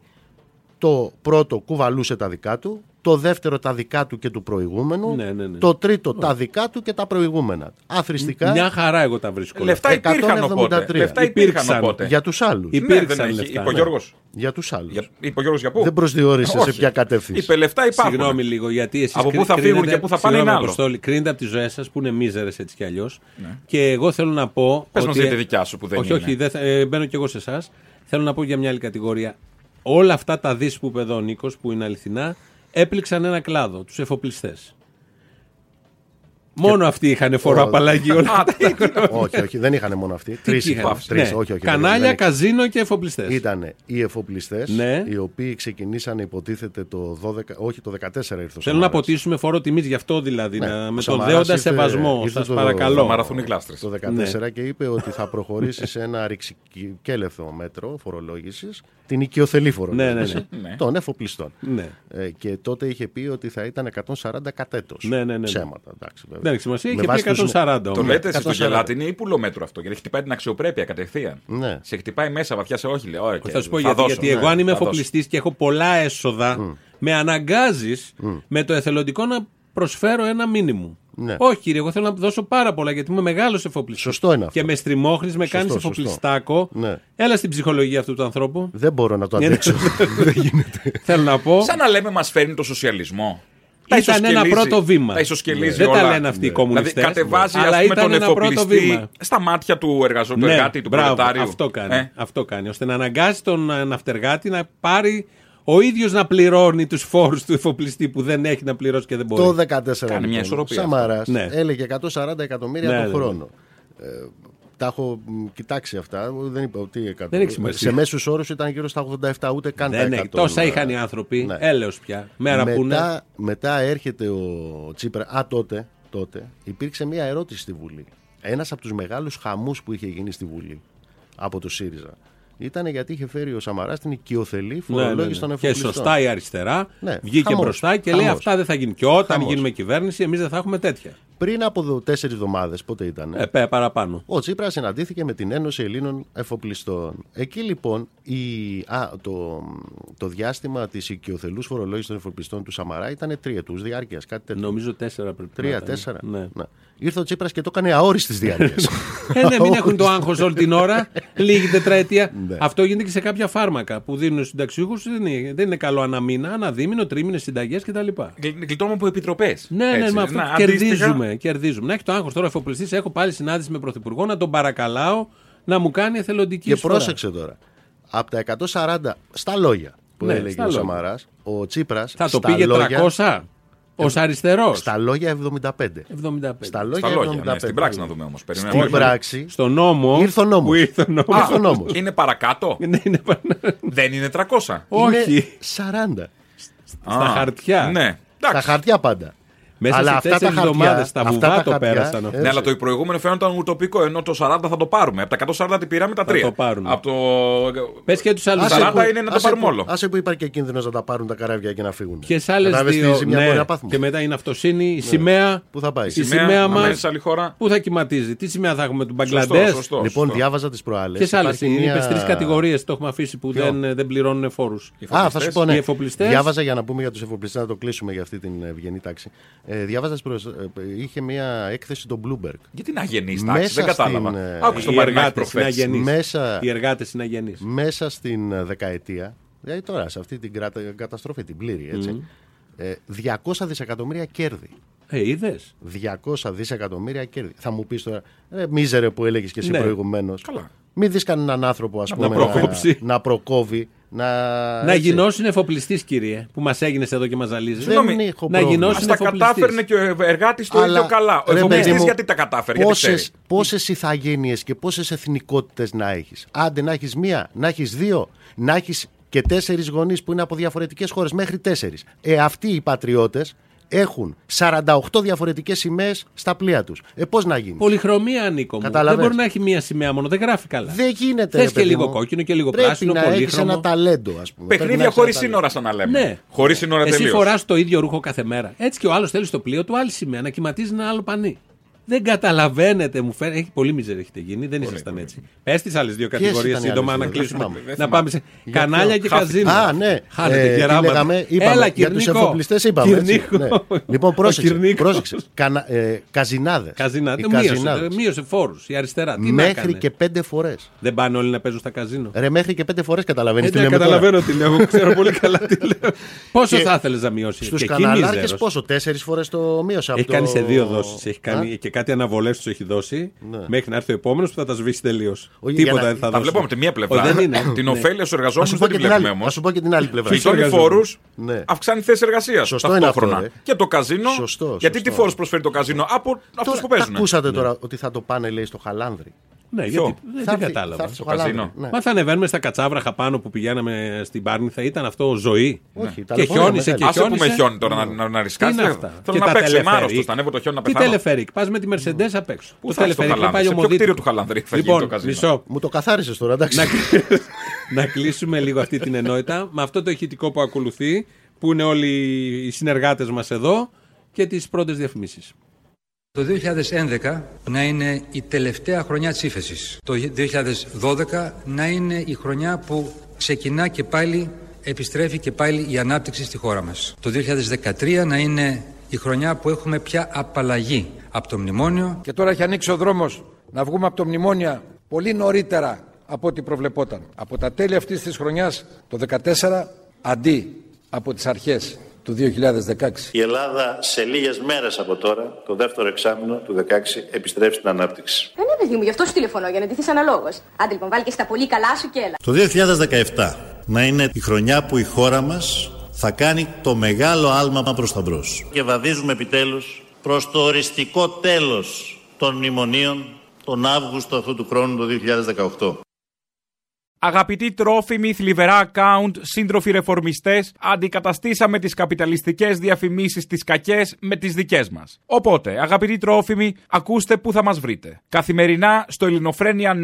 Speaker 4: το πρώτο κουβαλούσε τα δικά του, το δεύτερο τα δικά του και του προηγούμενου,
Speaker 2: Ναι, ναι, ναι.
Speaker 4: το τρίτο τα δικά του και τα προηγούμενα. Αθρηστικά
Speaker 2: Μια χαρά εγώ τα βρίσκω. όλα.
Speaker 3: Λεφτά υπήρχαν
Speaker 4: 173.
Speaker 3: οπότε. Λεφτά υπήρχαν
Speaker 2: Υπήρξαν.
Speaker 3: οπότε.
Speaker 4: για τους άλλους.
Speaker 2: Υπ-
Speaker 3: Ναι,
Speaker 2: υπήρξαν
Speaker 3: δεν έχει.
Speaker 2: λεφτά,
Speaker 3: Είπε ο
Speaker 2: ναι.
Speaker 3: Γιώργος.
Speaker 4: Για τους άλλους.
Speaker 3: Για- Είπε ο Γιώργος για πού.
Speaker 4: Δεν προσδιορίσε σε
Speaker 3: Όχι.
Speaker 4: ποια κατεύθυνση.
Speaker 3: Είπε λεφτά υπάρχουν.
Speaker 2: Συγγνώμη λίγο, γιατί εσείς.
Speaker 3: Από πού θα φύγουν και πού θα πάνε είναι άλλο. Ναι.
Speaker 2: κρίνετε από τις ζωές σας που είναι μίζερες έτσι κι αλλιώς. Και εγώ θέλω να πω.
Speaker 3: Πες μας
Speaker 2: ότι-
Speaker 3: για τη δικιά σου που δεν
Speaker 2: όχι,
Speaker 3: είναι.
Speaker 2: Όχι, δεν θα- ε, μπαίνω κι εγώ σε εσάς. Θέλω να πω για μια άλλη κατηγορία. Όλα αυτά τα δι που είπε εδώ ο Νίκος, που είναι αληθινά, έπληξαν ένα κλάδο, τους εφοπλιστές. Μόνο αυτοί είχαν φόρο απαλλαγή όλα
Speaker 3: Α,
Speaker 2: αυτά.
Speaker 3: τι-
Speaker 4: όχι, όχι, δεν είχαν μόνο αυτοί.
Speaker 2: Τι
Speaker 4: Τρεις
Speaker 2: είχαν.
Speaker 4: είχαν. Τρεις,
Speaker 2: Ναι.
Speaker 4: όχι, όχι, δεν- δεν
Speaker 2: Κανάλια,
Speaker 4: είχαν.
Speaker 2: καζίνο και εφοπλιστές.
Speaker 4: Ήταν οι εφοπλιστές,
Speaker 2: Ναι.
Speaker 4: οι οποίοι ξεκινήσανε, υποτίθεται το 12, όχι το 14 ήρθε. ο
Speaker 2: Θέλω να
Speaker 4: Σαμάρας.
Speaker 2: ποτίσουμε φόρο τιμής γι' αυτό δηλαδή.
Speaker 4: Ναι,
Speaker 2: να,
Speaker 4: ο
Speaker 2: με τον
Speaker 4: Σαμαράς
Speaker 2: δέοντα
Speaker 4: ήρθε-
Speaker 2: σεβασμό.
Speaker 4: ήρθε
Speaker 2: Σας
Speaker 4: το-
Speaker 2: παρακαλούν.
Speaker 3: Μαραθούν οι γλάστρες.
Speaker 4: Το
Speaker 2: Ναι.
Speaker 4: 14 και είπε ότι θα προχωρήσει σε ένα ρηξικέλευθο μέτρο φορολόγησης, την οικειοθελή φορολόγηση
Speaker 2: Ναι,
Speaker 3: ναι, ναι.
Speaker 4: των εφοπλιστών.
Speaker 2: Ναι.
Speaker 4: Ε, και τότε είχε πει ότι θα ήταν 140 κατέτος.
Speaker 2: Ναι, ναι, ναι, ναι.
Speaker 4: Ψέματα. Εντάξει, βέβαια.
Speaker 2: Δεν έχει σημασία,
Speaker 4: Με
Speaker 2: είχε πει
Speaker 4: βάση τους-
Speaker 2: 140
Speaker 3: Το
Speaker 2: όμως.
Speaker 3: λέτε εσείς στο
Speaker 4: 140.
Speaker 3: γελάτινι ή πουλομέτρο αυτό, γιατί χτυπάει την αξιοπρέπεια κατευθείαν.
Speaker 4: Ναι.
Speaker 3: Σε χτυπάει μέσα βαθιά σε όχι, λέω.
Speaker 2: Θα σου πω γιατί,
Speaker 3: ναι,
Speaker 2: γιατί εγώ αν είμαι εφοπλιστής και έχω πολλά έσοδα, με αναγκάζεις με το εθελοντικό να προσφέρω ένα μήνυμο.
Speaker 4: Ναι.
Speaker 2: Όχι, κύριε, εγώ θέλω να δώσω πάρα πολλά γιατί είμαι μεγάλος εφοπλιστής.
Speaker 4: Σωστό είναι αυτό.
Speaker 2: Και με στριμώχνεις, με
Speaker 4: Σωστό,
Speaker 2: κάνεις
Speaker 4: σωστό.
Speaker 2: εφοπλιστάκο.
Speaker 4: Ναι.
Speaker 2: Έλα στην ψυχολογία αυτού του ανθρώπου.
Speaker 4: Δεν μπορώ να το
Speaker 2: Ναι, ναι.
Speaker 4: αντέξω. Δεν γίνεται.
Speaker 2: θέλω να πω.
Speaker 3: Σαν να λέμε, μας φέρνει το σοσιαλισμό. Τα
Speaker 2: ήταν ένα
Speaker 3: ισοσκελίζει.
Speaker 2: πρώτο βήμα.
Speaker 3: Τα ισοσκελίζει
Speaker 2: Δεν
Speaker 3: όλα.
Speaker 2: τα λένε αυτοί οι Ναι. κομμουνιστέ.
Speaker 3: Δηλαδή, κατεβάζει ας πούμε, τον εφοπλιστή στα μάτια του εργαζόμενου, του εργάτη, του προλετάριου.
Speaker 2: Ναι, Αυτό κάνει,
Speaker 3: Ε,
Speaker 2: αυτό κάνει. Ώστε να αναγκάζει τον ε, ναυτεργάτη να πάρει ο ίδιος να πληρώνει τους φόρους του εφοπλιστή που δεν έχει να πληρώσει και δεν μπορεί.
Speaker 4: Το 14
Speaker 3: Κάνει μια ισορροπία.
Speaker 4: Σαμαράς
Speaker 2: Ναι.
Speaker 4: έλεγε 140 εκατομμύρια
Speaker 2: Ναι,
Speaker 4: τον
Speaker 2: ναι, ναι.
Speaker 4: χρόνο. Ε, τα έχω μ, κοιτάξει αυτά. Δεν είπα ότι εκατο-
Speaker 2: Δεν έχει σημασία.
Speaker 4: Σε μέσους όρους ήταν γύρω στα 87, ούτε καν
Speaker 2: Δεν
Speaker 4: τα
Speaker 2: έχει.
Speaker 4: 100.
Speaker 2: Τόσα είχαν οι άνθρωποι.
Speaker 4: Ναι.
Speaker 2: Έλεος πια. Μέρα που είναι.
Speaker 4: μετά, μετά έρχεται ο Τσίπρα. Α, τότε, τότε υπήρξε μια ερώτηση στη Βουλή. Ένας από τους μεγάλους χαμούς που είχε γίνει στη Βουλή από το ΣΥΡΙΖΑ ήταν γιατί είχε φέρει ο Σαμαράς την οικειοθελή
Speaker 2: Ναι, ναι,
Speaker 4: φορολόγηση
Speaker 2: ναι.
Speaker 4: των
Speaker 2: Και
Speaker 4: εφοπλιστών.
Speaker 2: σωστά η αριστερά
Speaker 4: Ναι.
Speaker 2: βγήκε
Speaker 4: Χαμός.
Speaker 2: μπροστά και λέει
Speaker 4: Χαμός.
Speaker 2: αυτά δεν θα γίνει. Και όταν
Speaker 4: Χαμός.
Speaker 2: γίνουμε κυβέρνηση, εμείς δεν θα έχουμε τέτοια.
Speaker 4: Πριν από δο- τέσσερις εβδομάδες, πότε ήταν.
Speaker 2: Ε, πέ, παραπάνω.
Speaker 4: Ο Τσίπρας συναντήθηκε με την Ένωση Ελλήνων Εφοπλιστών. Εκεί λοιπόν η... Α, το, το διάστημα της οικειοθελούς φορολόγησης των εφοπλιστών του Σαμαρά ήταν τριετού διάρκειας, κάτι τέτοιο.
Speaker 2: Νομίζω τέσσερα πρέπει να
Speaker 4: Τρία,
Speaker 2: ήταν.
Speaker 4: τέσσερα.
Speaker 2: Ναι.
Speaker 4: Ναι. Ήρθε ο Τσίπρας και το έκανε αόριστης διάρκειας.
Speaker 2: Ε, ναι, μην έχουν το άγχος όλη την ώρα, λίγη τετραετία.
Speaker 4: Ναι.
Speaker 2: Αυτό γίνεται και σε κάποια φάρμακα που δίνουν στους συνταξιούχους. Δεν, είναι- δεν είναι καλό ανά μήνα, ανά δίμηνο, τρίμηνες συνταγές κτλ.
Speaker 3: γλι- Γλιτώνουμε από επιτροπές.
Speaker 2: Ναι, ναι, με αυτό κερδίζουμε, κερδίζουμε. Να έχει το άγχος τώρα ο εφοπλιστή. Έχω πάλι συνάντηση με πρωθυπουργό να τον παρακαλάω να μου κάνει εθελοντική
Speaker 4: και
Speaker 2: εισφορά.
Speaker 4: πρόσεξε τώρα. Από τα 140, στα λόγια που
Speaker 2: Ναι,
Speaker 4: έλεγε
Speaker 2: στα
Speaker 4: ο
Speaker 2: λόγια.
Speaker 4: Σαμαράς, ο Τσίπρας.
Speaker 2: Θα το πήγε 300 ως αριστερός.
Speaker 4: Στα λόγια 75.
Speaker 2: 75.
Speaker 4: Στα
Speaker 3: Στα
Speaker 4: λόγια 75.
Speaker 3: λόγια. ναι, στην πράξη να δούμε όμως.
Speaker 4: Στην πράξη.
Speaker 2: Στο νόμο.
Speaker 4: Ήρθε ο νόμος.
Speaker 2: Που ήρθε ο νόμος.
Speaker 4: Ήρθε ο νόμος.
Speaker 3: Είναι παρακάτω.
Speaker 2: Ναι, είναι πάνω-
Speaker 3: Δεν είναι 300.
Speaker 4: είναι
Speaker 2: Όχι.
Speaker 4: 40.
Speaker 2: Στα χαρτιά.
Speaker 3: Ναι.
Speaker 4: Τα
Speaker 3: Εντάξει.
Speaker 4: χαρτιά πάντα.
Speaker 2: Μέσα
Speaker 4: Αλλά
Speaker 2: σε
Speaker 4: αυτά τα
Speaker 2: τέσσερις
Speaker 4: χαρτιά,
Speaker 2: εβδομάδες τα
Speaker 4: αυτά
Speaker 2: βουβά
Speaker 4: τα
Speaker 2: το
Speaker 4: χαρτιά,
Speaker 2: πέρασαν αυτά.
Speaker 4: ε,
Speaker 3: Ναι, αλλά το προηγούμενο φαίνονταν ουτοπικό ενώ το 40 θα το πάρουμε. Από τα 140 την πήραμε τα 3.
Speaker 2: το πάρουμε.
Speaker 3: Από το.
Speaker 2: Πες και τους άλλους.
Speaker 3: Άσε 40 είναι να το
Speaker 4: άσε
Speaker 3: πάρουμε
Speaker 4: που-
Speaker 3: όλο.
Speaker 4: Άσε που υπάρχει και κίνδυνος να τα πάρουν τα καράβια και να φύγουν.
Speaker 2: Και σε άλλες
Speaker 4: Κατάλαβες
Speaker 2: δύο.
Speaker 4: τι ζημιά μπορεί να πάθουμε.
Speaker 2: Ναι.
Speaker 4: Ναι.
Speaker 2: και μετά η ναυτοσύνη, η σημαία.
Speaker 4: Πού θα πάει.
Speaker 2: Η
Speaker 4: Στη
Speaker 2: σημαία,
Speaker 3: να
Speaker 2: μας.
Speaker 3: μένει σε άλλη χώρα.
Speaker 2: Πού θα κυματίζει. Τι σημαία θα έχουμε του
Speaker 3: Σωστό,
Speaker 2: Μπαγκλαντές.
Speaker 3: σωστό.
Speaker 4: Λοιπόν,
Speaker 3: σωστό.
Speaker 4: διάβαζα τις προάλλες.
Speaker 2: Ποιες άλλες. Είπες τρεις κατηγορίες το έχουμε αφήσει που δεν, δεν πληρώνουν φόρους.
Speaker 4: Α, θα σου πω, ναι.
Speaker 2: Οι εφοπλιστές.
Speaker 4: Διάβαζα για να πούμε για τους εφοπλιστές, να το κλείσουμε για αυτή την ευγενή τάξη. Ε, διάβαζα, τις προεσ- ε, είχε μία έκθεση των Bloomberg.
Speaker 3: Γιατί είναι αγενή
Speaker 4: Μέσα
Speaker 3: τάξη, δεν
Speaker 4: στην, ε,
Speaker 3: κατάλαβα. Άκουσε τον
Speaker 2: Οι
Speaker 3: Παρνάκη
Speaker 2: εργάτε είναι
Speaker 3: προχθέ.
Speaker 2: αγενείς.
Speaker 4: Μέσα-
Speaker 2: Οι εργάτες είναι αγενείς.
Speaker 4: Μέσα στην ε, δεκαετία, δηλαδή τώρα, σε αυτή την κρατα- καταστροφή, την πλήρη, έτσι, ε, 200 δισεκατομμύρια κέρδη.
Speaker 2: Ε, είδες.
Speaker 4: 200 δισεκατομμύρια κέρδη. Θα μου πεις τώρα, ρε, μίζερε που έλεγες και εσύ
Speaker 2: Ναι.
Speaker 4: προηγουμένως.
Speaker 3: Καλά.
Speaker 4: Μην δεις κανέναν άνθρωπο ας πούμε,
Speaker 2: προκόψει.
Speaker 4: να, να προκόβει. Να,
Speaker 2: Να
Speaker 4: Ε, έτσι.
Speaker 2: γινώσουν εφοπλιστής, κύριε, που μας έγινε εδώ και μας ζαλίζεις.
Speaker 4: Δεν
Speaker 3: Συγγνώμη,
Speaker 4: έχω
Speaker 2: να
Speaker 4: πρόβλημα.
Speaker 2: γινώσουν
Speaker 3: Ας τα κατάφερνε και ο εργάτης το
Speaker 4: Αλλά,
Speaker 3: ίδιο καλά. Ο
Speaker 4: ρε,
Speaker 3: εφοπλιστής
Speaker 4: παιδί μου,
Speaker 3: γιατί τα κατάφερε, γιατί ξέρει.
Speaker 4: Πόσες, πόσες ηθαγένειες και πόσες εθνικότητες να έχεις. Άντε να έχεις μία, να έχεις δύο, να έχεις και τέσσερις γονείς που είναι από διαφορετικές χώρες, μέχρι τέσσερις. Ε, αυτοί οι πατριώτες έχουν 48 διαφορετικές σημαίες στα πλοία τους. Ε, πώς να γίνει.
Speaker 2: Πολυχρωμία, Νίκο μου.
Speaker 4: Καταλαβες.
Speaker 2: Δεν μπορεί να έχει μία σημαία μόνο, δεν γράφει καλά.
Speaker 4: Δεν γίνεται.
Speaker 2: Θες
Speaker 4: ρε,
Speaker 2: και
Speaker 4: παιδί
Speaker 2: λίγο
Speaker 4: μου.
Speaker 2: κόκκινο και λίγο
Speaker 4: Πρέπει
Speaker 2: πράσινο,
Speaker 4: να έχεις
Speaker 2: πολύχρωμο.
Speaker 4: ένα ταλέντο, ας πούμε. Πρέπει να
Speaker 3: Παιχνίδια
Speaker 4: έχεις
Speaker 3: χωρί
Speaker 4: ένα ταλέντο.
Speaker 3: σύνορα, σαν να λέμε.
Speaker 2: Ναι.
Speaker 3: Χωρίς σύνορα
Speaker 2: Εσύ
Speaker 3: τελείως.
Speaker 2: φοράς το ίδιο ρούχο κάθε μέρα. Έτσι και ο άλλος θέλει στο πλοίο του άλλη σημαία να κυματίζει ένα άλλο πανί. Δεν καταλαβαίνετε, μου φαίνεται. Έχει πολύ μίζερ έχετε γίνει, δεν ήσασταν έτσι. Πες τις άλλες δύο κατηγορίες
Speaker 4: ήταν οι
Speaker 2: σύντομα
Speaker 4: άλλες
Speaker 2: να
Speaker 4: δύο, δεν
Speaker 2: κλείσουμε.
Speaker 4: θυμάμαι,
Speaker 2: Να πάμε σε κανάλια και καζίνο.
Speaker 4: Α, ναι.
Speaker 2: Χάνετε
Speaker 4: τι
Speaker 2: γεράματα.
Speaker 4: λέγαμε, είπαμε,
Speaker 2: Έλα,
Speaker 4: για τους
Speaker 2: Κυρνικό.
Speaker 4: εφοπλιστές είπαμε. έτσι.
Speaker 2: Κυρνικό.
Speaker 4: Ναι. Λοιπόν,
Speaker 2: Ο
Speaker 4: πρόσεξε.
Speaker 2: Κυρνικό.
Speaker 4: πρόσεξε. Κανα, ε, καζινάδες.
Speaker 2: Καζίνα.
Speaker 4: Οι
Speaker 2: δεν μείωσε,
Speaker 4: καζινάδες.
Speaker 2: δεν Μείωσε φόρους η αριστερά. Τι να
Speaker 4: Μέχρι
Speaker 2: έκανε.
Speaker 4: και πέντε φορές.
Speaker 2: Δεν πάνε όλοι να παίζουν στα καζίνο.
Speaker 4: Ρε, μέχρι και πέντε φορές καταλαβαίνεις
Speaker 2: Ε,
Speaker 4: τι
Speaker 2: ναι,
Speaker 4: λέμε.
Speaker 2: καταλαβαίνω τι λέω. εγώ Ξέρω πολύ καλά τι λέω. Πόσο θα ήθελες να μειώσεις.
Speaker 4: Στους
Speaker 2: Και εκεί
Speaker 4: καναλάρχες
Speaker 2: μίζερος.
Speaker 4: πόσο, τέσσερις φορές το μείωσα. από
Speaker 2: Έχει
Speaker 4: το-
Speaker 2: κάνει σε δύο δόσεις.
Speaker 4: Α,
Speaker 2: Έχει
Speaker 4: Ναι.
Speaker 2: κάνει και κάτι αναβολές τους έχει δώσει. Μέχρι να έρθει ο επόμενος που θα τα σβήσει τελείως.
Speaker 4: Όχι,
Speaker 2: Τίποτα
Speaker 4: για να-
Speaker 2: δεν θα
Speaker 3: Τα
Speaker 2: δώσει.
Speaker 3: βλέπουμε από τη μία πλευρά.
Speaker 2: Ο, δεν είναι.
Speaker 3: Την
Speaker 2: Ναι.
Speaker 3: ωφέλεια στους
Speaker 4: Να
Speaker 3: εργαζόμενους
Speaker 4: σου πω
Speaker 3: δεν
Speaker 4: και
Speaker 3: τη
Speaker 4: την
Speaker 3: βλέπουμε
Speaker 4: άλλη-
Speaker 3: όμω.
Speaker 4: να σου πω και την άλλη πλευρά.
Speaker 2: Φυσικά.
Speaker 3: Φυσικά
Speaker 2: εργαζόμενους.
Speaker 3: φόρους
Speaker 4: Ναι.
Speaker 3: αυξάνει θέσει εργασίας.
Speaker 4: Σωστό είναι αυτό, ε.
Speaker 3: Και το καζίνο.
Speaker 4: Σωστό,
Speaker 3: γιατί
Speaker 4: σωστό.
Speaker 3: τι φόρους προσφέρει το καζίνο από αυτού
Speaker 4: Τώρα,
Speaker 3: που
Speaker 4: τα
Speaker 3: παίζουν.
Speaker 4: ακούσατε τώρα ότι θα το πάνε, λέει, στο Χαλάνδρη.
Speaker 2: Ναι,
Speaker 3: Ποιο?
Speaker 2: γιατί δεν-
Speaker 4: Θα
Speaker 2: δεν
Speaker 4: έρθει- θα
Speaker 2: κατάλαβα.
Speaker 4: έρθει στο
Speaker 3: Το καζίνο.
Speaker 4: Χαλάνδρη, ναι.
Speaker 2: Μα θα ανεβαίνουμε στα κατσάβραχα πάνω που πηγαίναμε στην Πάρνηθα, ήταν αυτό ζωή.
Speaker 4: Όχι, ναι. τα
Speaker 2: και
Speaker 4: λεωφορεία
Speaker 2: χιόνισε και
Speaker 4: μεγάλα.
Speaker 3: Άσε που με
Speaker 2: χιόνισε.
Speaker 3: Ναι. χιόνι τώρα να, να, να
Speaker 2: Τι είναι
Speaker 3: ρισκάρεις.
Speaker 2: αυτά.
Speaker 3: Θέλω
Speaker 2: Και
Speaker 3: να
Speaker 2: τα
Speaker 3: παίξεις
Speaker 2: teleferic.
Speaker 3: μέρο του. Θα ανέβω το χιόνι να
Speaker 2: Τι
Speaker 3: πεθάνω.
Speaker 2: τελεφέρικ, πας με τη Mercedes απ' έξω.
Speaker 3: Πού θα έρθει το
Speaker 2: teleferic,
Speaker 3: Χαλάνδρη, σε ποιο
Speaker 2: Ομοδίτου.
Speaker 3: κτίριο του Χαλάνδρη θα γίνει
Speaker 2: Λοιπόν,
Speaker 3: το καζίνο.
Speaker 2: μισό.
Speaker 4: Μου το καθάρισες τώρα, εντάξει.
Speaker 2: να, να κλείσουμε λίγο αυτή την ενότητα με αυτό το ηχητικό που ακολουθεί, που είναι όλοι οι συνεργάτες μας εδώ και τις πρώτες διαφημίσεις.
Speaker 7: Το 2011 να είναι η τελευταία χρονιά της ύφεσης. Το 2012 να είναι η χρονιά που ξεκινά και πάλι, επιστρέφει και πάλι η ανάπτυξη στη χώρα μας. Το 2013 να είναι η χρονιά που έχουμε πια απαλλαγή από το μνημόνιο.
Speaker 6: Και τώρα έχει ανοίξει ο δρόμος να βγούμε από το μνημόνια πολύ νωρίτερα από ό,τι προβλεπόταν. Από τα τέλη αυτής της χρονιάς, το 2014, αντί από τις αρχές
Speaker 7: του 2016.
Speaker 5: Η Ελλάδα σε λίγες μέρες από τώρα, το δεύτερο εξάμεινο του 2016, επιστρέψει στην ανάπτυξη.
Speaker 8: Ε, ναι, παιδί μου, γι' αυτό σου τηλεφωνώ, για να ντυθείς αναλόγως. Άντε λοιπόν, βάλει και στα πολύ καλά σου και έλα.
Speaker 9: Το 2017 να είναι η χρονιά που η χώρα μας θα κάνει το μεγάλο άλμα προς τα μπρος. Και βαδίζουμε επιτέλους προς το οριστικό τέλος των μνημονίων τον Αύγουστο αυτού του χρόνου το 2018.
Speaker 3: Αγαπητοί τρόφιμοι, θλιβερά account, σύντροφοι ρεφορμιστές, αντικαταστήσαμε τις καπιταλιστικές διαφημίσεις τις κακές με τις δικές μας. Οπότε, αγαπητοί τρόφιμοι, ακούστε πού θα μας βρείτε. Καθημερινά στο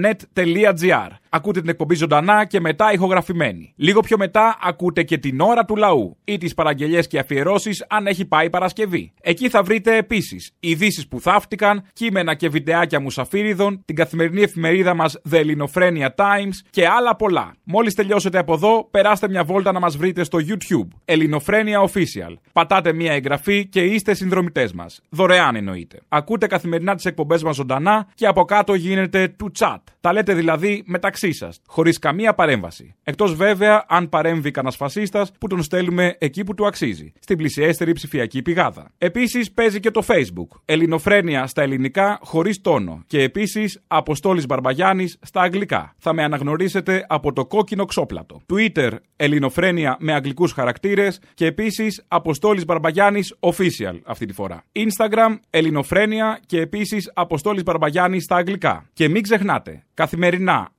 Speaker 3: ελληνοφρένια.net.gr. Ακούτε την εκπομπή ζωντανά και μετά ηχογραφημένη. Λίγο πιο μετά ακούτε και την ώρα του λαού ή τις παραγγελίε και αφιερώσεις αν έχει πάει Παρασκευή. Εκεί θα βρείτε επίσης ειδήσεις που θαύτηκαν, κείμενα και βιντεάκια μουσαφίριδων, την καθημερινή εφημερίδα μας The Ελληνοφrenia Times και άλλα πολλά. Μόλις τελειώσετε από εδώ, περάστε μια βόλτα να μας βρείτε στο YouTube. Ελληνοφρένια Official. Πατάτε μια εγγραφή και είστε συνδρομητές μας. Δωρεάν εννοείται. Ακούτε καθημερινά τις εκπομπές μας ζωντανά και από κάτω γίνεται του chat. Τα λέτε δηλαδή μεταξύ σας, χωρίς καμία παρέμβαση. Εκτός βέβαια αν παρέμβει κανένα φασίστας που τον στέλνουμε εκεί που του αξίζει, στην πλησιέστερη ψηφιακή πηγάδα. Επίσης παίζει και το Facebook. Ελληνοφρένια στα ελληνικά χωρίς τόνο. Και επίσης Αποστόλης Μπαρμπαγιάννης στα αγγλικά. Θα με αναγνωρίσετε από το κόκκινο ξόπλατο. Twitter Ελληνοφρένια με αγγλικούς χαρακτήρες και επίσης Αποστόλης Μπαρμπαγιάννης Official αυτή τη φορά. Instagram Ελληνοφρένια και επίσης Αποστόλης Μπαρμπαγιάννης στα αγγλικά. Και μην ξεχνάτε, καθημερινά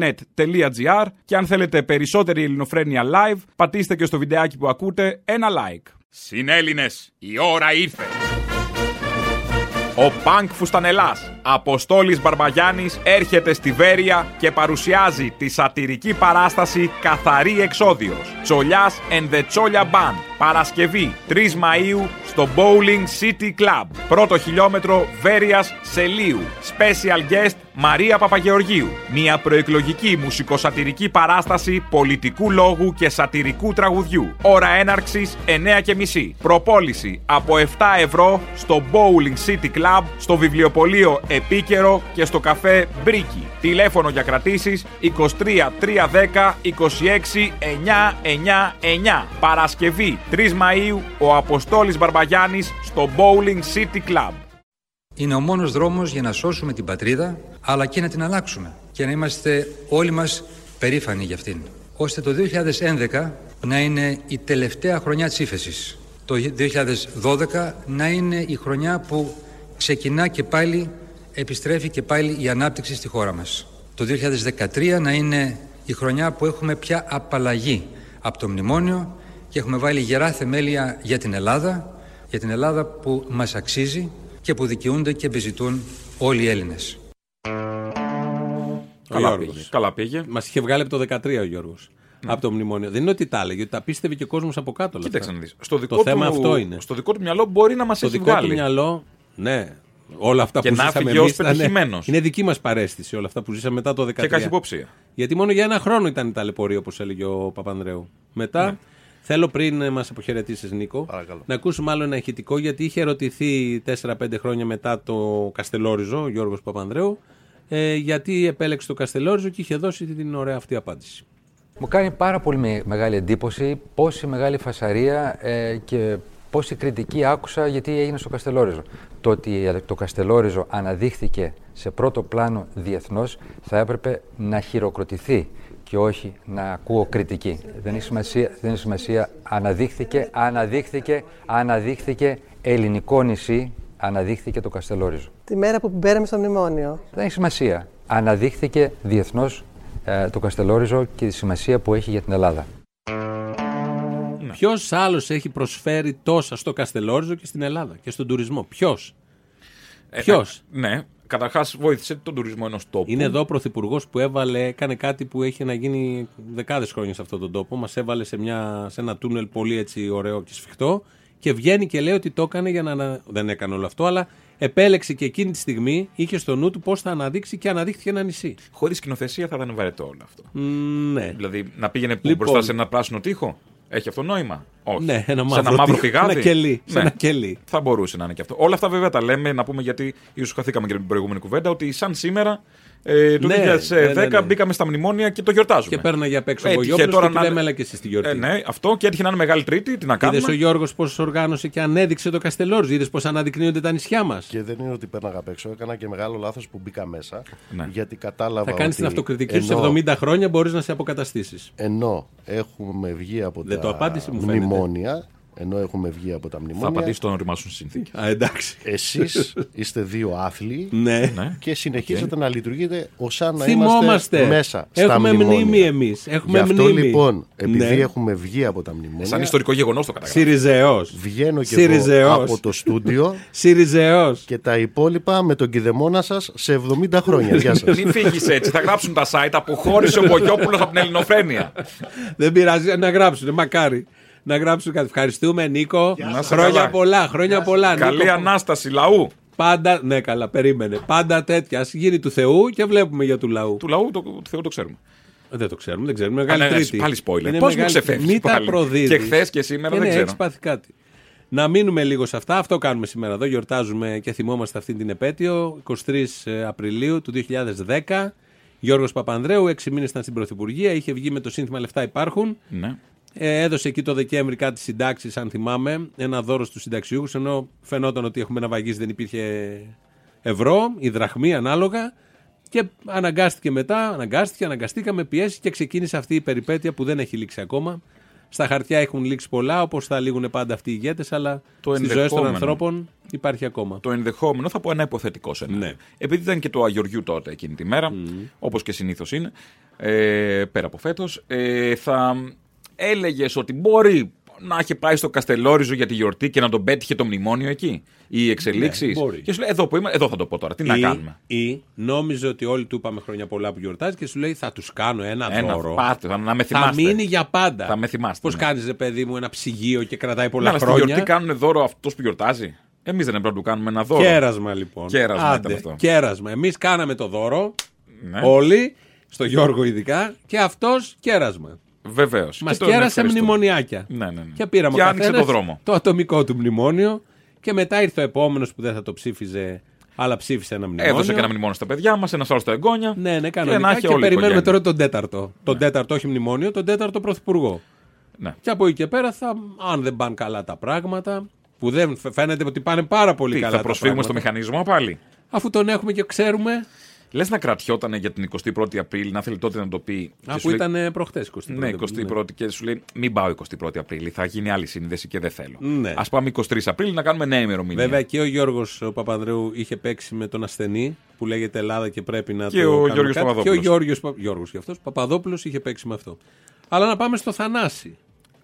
Speaker 3: ελληνοφρένια.net.gr και αν θέλετε περισσότερη ελληνοφρένια live, πατήστε και στο βιντεάκι που ακούτε ένα like. Συνέλληνες, η ώρα ήρθε. Ο Πανκ Φουστανελάς, Αποστόλης Μπαρμπαγιάννης, έρχεται στη Βέρεια και παρουσιάζει τη σατυρική παράσταση «Καθαρή Εξόδιος». Τσολιάς and the Τσόλια Band. Παρασκευή 3 Μαΐου στο Bowling City Club. Πρώτο χιλιόμετρο Βέρειας Σελίου. Special guest Μαρία Παπαγεωργίου. Μια προεκλογική μουσικοσατυρική παράσταση πολιτικού λόγου και σατυρικού τραγουδιού. Ώρα έναρξης 9.30. Προπόληση από 7 ευρώ στο Bowling City Club, στο βιβλιοπωλείο Επίκαιρο και στο καφέ Μπρίκι. Τηλέφωνο για κρατήσεις 23 310 26 999. Παρασκευή 3 Μαΐου ο Αποστόλης Μπαρμπαγιάννης στο Bowling City Club.
Speaker 7: Είναι ο μόνος δρόμος για να σώσουμε την πατρίδα, αλλά και να την αλλάξουμε και να είμαστε όλοι μας περήφανοι για αυτήν. Ώστε το 2011 να είναι η τελευταία χρονιά της ύφεσης. Το 2012 να είναι η χρονιά που ξεκινά και πάλι, επιστρέφει και πάλι η ανάπτυξη στη χώρα μας. Το 2013 να είναι η χρονιά που έχουμε πια απαλλαγή από το μνημόνιο και έχουμε βάλει γερά θεμέλια για την Ελλάδα, για την Ελλάδα που μας αξίζει και που δικαιούνται και επιζητούν όλοι οι Έλληνες.
Speaker 2: Ο
Speaker 3: Καλά
Speaker 2: Γιώργος.
Speaker 3: πήγε. Καλά πήγε.
Speaker 2: Μας είχε βγάλει από το 13 ο Γιώργος. Από το μνημόνιο. Δεν είναι ότι τα έλεγε, ότι τα πίστευε και ο κόσμος από κάτω. όλα
Speaker 3: Κοίταξε
Speaker 2: αυτά.
Speaker 3: να δεις. Στο δικό
Speaker 2: το
Speaker 3: του,
Speaker 2: θέμα αυτό είναι.
Speaker 3: Στο δικό του μυαλό μπορεί να μας
Speaker 2: Το
Speaker 3: έχει
Speaker 2: δικό του
Speaker 3: βγάλει.
Speaker 2: μυαλό, ναι. Όλα αυτά
Speaker 3: Και
Speaker 2: που
Speaker 3: να
Speaker 2: ζήσαμε
Speaker 3: φύγει ως
Speaker 2: εμείς ήταν-
Speaker 3: πετυχημένος.
Speaker 2: Είναι δική μας παρέστηση όλα αυτά που ζήσαμε μετά το 13.
Speaker 3: Και καχυποψία.
Speaker 2: Γιατί μόνο για ένα χρόνο ήταν η ταλαιπωρία, όπως έλεγε ο Παπανδρέου. Μετά,
Speaker 3: Ναι.
Speaker 2: θέλω πριν μας αποχαιρετήσεις, Νίκο,
Speaker 4: Παρακαλώ.
Speaker 2: να ακούσουμε άλλο ένα ηχητικό, γιατί είχε ερωτηθεί 4-5 χρόνια μετά το Καστελόριζο, ο Γιώργος Παπανδρέου, ε, γιατί επέλεξε το Καστελόριζο και είχε δώσει την ωραία αυτή απάντηση.
Speaker 7: Μου κάνει πάρα πολύ με- μεγάλη εντύπωση πόση μεγάλη φασαρία ε, και πόση κριτική άκουσα γιατί έγινε στο Καστελόριζο. Το ότι το Καστελόριζο αναδείχθηκε σε πρώτο πλάνο διεθνώς θα έπρεπε να χειροκροτηθεί και όχι να ακούω κριτική. Δεν έχει σημασία, δεν έχει σημασία. Αναδείχθηκε, αναδείχθηκε, αναδείχθηκε ελληνικό νησί, αναδείχθηκε το Καστελόριζο.
Speaker 10: Τη μέρα που πέραμε στο μνημόνιο.
Speaker 7: Δεν έχει σημασία. Αναδείχθηκε διεθνώς το Καστελόριζο και τη σημασία που έχει για την Ελλάδα.
Speaker 3: Ναι.
Speaker 2: Ποιος άλλος έχει προσφέρει τόσα στο Καστελόριζο και στην Ελλάδα και στον τουρισμό, Ποιος.
Speaker 3: Ε,
Speaker 2: Ποιος?
Speaker 3: ε, Ναι, καταρχάς βοήθησε τον τουρισμό ενός τόπου.
Speaker 2: Είναι εδώ ο Πρωθυπουργός που έβαλε, έκανε κάτι που έχει να γίνει δεκάδες χρόνια σε αυτόν τον τόπο. Μας έβαλε σε, μια, σε ένα τούνελ πολύ έτσι ωραίο και σφιχτό και βγαίνει και λέει ότι το έκανε για να. ανα- Δεν έκανε όλο αυτό, αλλά επέλεξε και εκείνη τη στιγμή είχε στο νου του πώς θα αναδείξει και αναδείχθηκε ένα νησί.
Speaker 3: Χωρίς σκηνοθεσία θα ήταν βαρετό όλο αυτό.
Speaker 2: Μ, Ναι.
Speaker 3: Δηλαδή να πήγαινε που,
Speaker 2: Λοιπόν.
Speaker 3: μπροστά σε ένα πράσινο τοίχο. Έχει αυτό νόημα. Όχι.
Speaker 2: Ναι, ένα
Speaker 3: σε
Speaker 2: μαύρο
Speaker 3: ένα μαύρο
Speaker 2: τοίχο,
Speaker 3: πηγάδι.
Speaker 2: ένα κελί, σε
Speaker 3: Ναι.
Speaker 2: ένα κελί.
Speaker 3: Θα μπορούσε να είναι και αυτό. Όλα αυτά βέβαια τα λέμε, να πούμε γιατί ίσως χαθήκαμε και με την προηγούμενη κουβέντα, ότι σαν σήμερα Ε, το
Speaker 2: Ναι,
Speaker 3: 2010
Speaker 2: ναι, ναι, ναι.
Speaker 3: μπήκαμε στα μνημόνια και το γιορτάζουμε. Ε,
Speaker 2: Και πέρναγε απ' έξω ο
Speaker 3: Έτυχε
Speaker 2: Γιώργο
Speaker 3: τώρα
Speaker 2: και του
Speaker 3: να-
Speaker 2: λέμε, έλα και εσύ στη γιορτή.
Speaker 3: Ε, ναι, αυτό και έτυχε να είναι μεγάλη Τρίτη. Τι να
Speaker 2: Είδες ο
Speaker 3: κάνουμε.
Speaker 2: Γιώργο πώ οργάνωσε και ανέδειξε το Καστελόριζο. Είδες πώς αναδεικνύονται τα νησιά μας.
Speaker 4: Και δεν είναι ότι πέρναγα απ' έξω. Έκανα και μεγάλο λάθος που μπήκα μέσα.
Speaker 3: Ναι.
Speaker 4: Γιατί κατάλαβα.
Speaker 2: Θα κάνεις
Speaker 4: ότι
Speaker 2: την αυτοκριτική σου σε
Speaker 4: ενώ-
Speaker 2: 70 χρόνια, μπορείς να σε αποκαταστήσεις.
Speaker 4: Ενώ έχουμε βγει από
Speaker 2: Δεν
Speaker 4: τα
Speaker 2: το απάντησε, μου φαίνεται.
Speaker 4: μνημόνια. Ενώ έχουμε βγει από τα
Speaker 3: Θα
Speaker 4: μνημόνια.
Speaker 3: απαντήσει το όνομα σου στη συνθήκη.
Speaker 2: Α, εντάξει.
Speaker 4: Εσείς είστε δύο άθλοι.
Speaker 2: Ναι.
Speaker 3: Ναι.
Speaker 4: Και συνεχίζετε να λειτουργείτε ως αν να
Speaker 2: Θυμόμαστε.
Speaker 4: είμαστε μέσα στα
Speaker 2: Έχουμε
Speaker 4: μνημόνια.
Speaker 2: μνήμη εμείς. Έχουμε
Speaker 4: Γι' αυτό
Speaker 2: μνήμη.
Speaker 4: λοιπόν, επειδή
Speaker 2: Ναι.
Speaker 4: έχουμε βγει από τα μνημόνια,
Speaker 3: Σαν ιστορικό γεγονός το καταγράφω.
Speaker 2: Σιριζεός.
Speaker 4: βγαίνω και εγώ
Speaker 2: Σιριζεός.
Speaker 4: από το στούντιο
Speaker 2: Σιριζεός.
Speaker 4: και τα υπόλοιπα με τον κηδεμόνα σας σε 70 χρόνια. Γεια σας.
Speaker 3: Μην φύγεις έτσι, θα γράψουν τα site. Αποχώρησε ο Μπογιόπουλος από την Ελληνοφρένεια.
Speaker 2: Δεν πειράζει να γράψουν, μακάρι. Να γράψουν κάτι. Ευχαριστούμε, Νίκο.
Speaker 3: Να σε
Speaker 2: Χρόνια
Speaker 3: καλά.
Speaker 2: πολλά, χρόνια πολλά.
Speaker 3: Καλή
Speaker 2: Νίκο.
Speaker 3: ανάσταση λαού.
Speaker 2: Πάντα, ναι, καλά, περίμενε. Πάντα τέτοια. Ας γίνει του Θεού και βλέπουμε για του λαού. Ε,
Speaker 3: Του λαού το, του Θεού το ξέρουμε.
Speaker 2: Δεν το ξέρουμε, δεν ξέρουμε. Μεγάλη
Speaker 3: Α, ναι, ναι,
Speaker 2: Τρίτη.
Speaker 3: πάλι spoiler.
Speaker 2: Είναι
Speaker 3: Πώς μου
Speaker 2: μεγάλη-
Speaker 3: ξεφεύγεις
Speaker 2: Μη τα
Speaker 3: πάλι.
Speaker 2: προδίδεις.
Speaker 3: Και χθες και σήμερα, δεν
Speaker 2: ναι,
Speaker 3: ξέρω.
Speaker 2: έχεις πάθει κάτι. Να μείνουμε λίγο σε αυτά. Αυτό κάνουμε σήμερα εδώ. Γιορτάζουμε και θυμόμαστε αυτή την επέτειο. 23 Απριλίου του 2010. Γιώργος Παπανδρέου, έξι μήνες ήταν στην Πρωθυπουργία. Είχε βγει με το σύνθημα Λεφτά υπάρχουν.
Speaker 3: Ναι.
Speaker 2: Ε, έδωσε εκεί το Δεκέμβρη κάτι συντάξεις, αν θυμάμαι, ένα δώρο στους συνταξιούχους, ενώ φαινόταν ότι έχουμε να βαγίσει, δεν υπήρχε ευρώ, η δραχμή ανάλογα. Και αναγκάστηκε μετά, αναγκάστηκε, αναγκαστήκαμε, πιέσει και ξεκίνησε αυτή η περιπέτεια που δεν έχει λήξει ακόμα. Στα χαρτιά έχουν λήξει πολλά, όπως θα λήγουν πάντα αυτοί οι ηγέτες, αλλά
Speaker 3: Το
Speaker 2: στις ζωές των
Speaker 3: ενδεχόμενο.
Speaker 2: ανθρώπων υπάρχει ακόμα.
Speaker 3: Το ενδεχόμενο θα πω ένα υποθετικό σε ένα.
Speaker 2: Ναι.
Speaker 3: Επειδή ήταν και το Αγιοριού τότε εκείνη τη μέρα, όπως και συνήθως είναι, ε, πέρα από φέτος, ε, θα έλεγες ότι μπορεί να είχε πάει στο Καστελόριζο για τη γιορτή και να τον πέτυχε το μνημόνιο εκεί. Οι εξελίξεις.
Speaker 2: Ναι, μπορεί.
Speaker 3: και σου λέει, εδώ που είμαι, εδώ θα το πω τώρα. Τι να
Speaker 2: ή,
Speaker 3: κάνουμε.
Speaker 2: ή νόμιζε ότι όλοι του είπαμε χρόνια πολλά που γιορτάζει και σου λέει θα τους κάνω ένα,
Speaker 3: Ένα,
Speaker 2: δώρο.
Speaker 3: πάτε, θα- να με
Speaker 2: Θα
Speaker 3: θυμάστε.
Speaker 2: μείνει για πάντα.
Speaker 3: Θα με θυμάστε,
Speaker 2: Πώς
Speaker 3: ναι.
Speaker 2: κάνεις, ρε παιδί μου, ένα ψυγείο και κρατάει
Speaker 3: Ναι,
Speaker 2: πολλά
Speaker 3: αλλά στη
Speaker 2: χρόνια.
Speaker 3: γιορτή κάνουν δώρο αυτός που γιορτάζει. Εμείς δεν έπρεπε να του κάνουμε ένα δώρο.
Speaker 2: Κέρασμα λοιπόν.
Speaker 3: Κέρασμα
Speaker 2: Άντε,
Speaker 3: ήταν αυτό.
Speaker 2: Κέρασμα. Εμείς κάναμε το δώρο.
Speaker 3: Ναι.
Speaker 2: Όλοι. Στο Γιώργο ειδικά. Και αυτός κέρασμα.
Speaker 3: Βεβαίως.
Speaker 2: Μας
Speaker 3: Και τον
Speaker 2: κέρασε
Speaker 3: ευχαριστούμε.
Speaker 2: μνημονιάκια.
Speaker 3: Ναι, ναι, ναι.
Speaker 2: Και πήραμε
Speaker 3: Και
Speaker 2: ο
Speaker 3: άνοιξε
Speaker 2: καθένας
Speaker 3: το δρόμο.
Speaker 2: Το ατομικό του μνημόνιο. Και μετά ήρθε ο επόμενος που δεν θα το ψήφιζε, αλλά ψήφισε ένα μνημόνιο.
Speaker 3: Έδωσε και ένα μνημόνιο στα παιδιά μας, ένα άλλο στα εγγόνια.
Speaker 2: Ναι, ναι,
Speaker 3: Και, να
Speaker 2: κανονικά.
Speaker 3: έχει
Speaker 2: Και,
Speaker 3: όλη η
Speaker 2: περιμένουμε
Speaker 3: οικογένεια.
Speaker 2: τώρα τον τέταρτο. Τον τέταρτο, όχι μνημόνιο, τον τέταρτο πρωθυπουργό.
Speaker 3: Ναι.
Speaker 2: Και από εκεί και πέρα, θα, αν δεν πάνε καλά τα πράγματα, που δεν φ- φαίνεται ότι πάνε πάρα πολύ
Speaker 3: Τι,
Speaker 2: καλά.
Speaker 3: θα
Speaker 2: τα
Speaker 3: προσφύγουμε στο
Speaker 2: πράγματα,
Speaker 3: μηχανισμό πάλι.
Speaker 2: Αφού τον έχουμε και ξέρουμε.
Speaker 3: Λες να κρατιότανε για την 21η Απρίλη, να θέλει τότε να το πει. και σου
Speaker 2: Αφού
Speaker 3: λέει-
Speaker 2: ήταν προχτέ 21.
Speaker 3: Ναι, 21η και σου λέει: Μην πάω 21η Απρίλη, θα γίνει άλλη σύνδεση και δεν θέλω.
Speaker 2: Ναι.
Speaker 3: Ας πάμε 23 Απρίλη να κάνουμε νέα ημερομηνία.
Speaker 2: Βέβαια και ο Γιώργος Παπανδρέου είχε παίξει με τον ασθενή που λέγεται Ελλάδα και πρέπει να
Speaker 3: Και
Speaker 2: το
Speaker 3: ο
Speaker 2: κάνουμε
Speaker 3: Γιώργος
Speaker 2: κάτι. Και ο
Speaker 3: Παπαδόπουλος.
Speaker 2: Γιώργος, Πα- Γιώργος και αυτός, Παπαδόπουλος είχε παίξει με αυτό. Αλλά να πάμε στο Θανάση.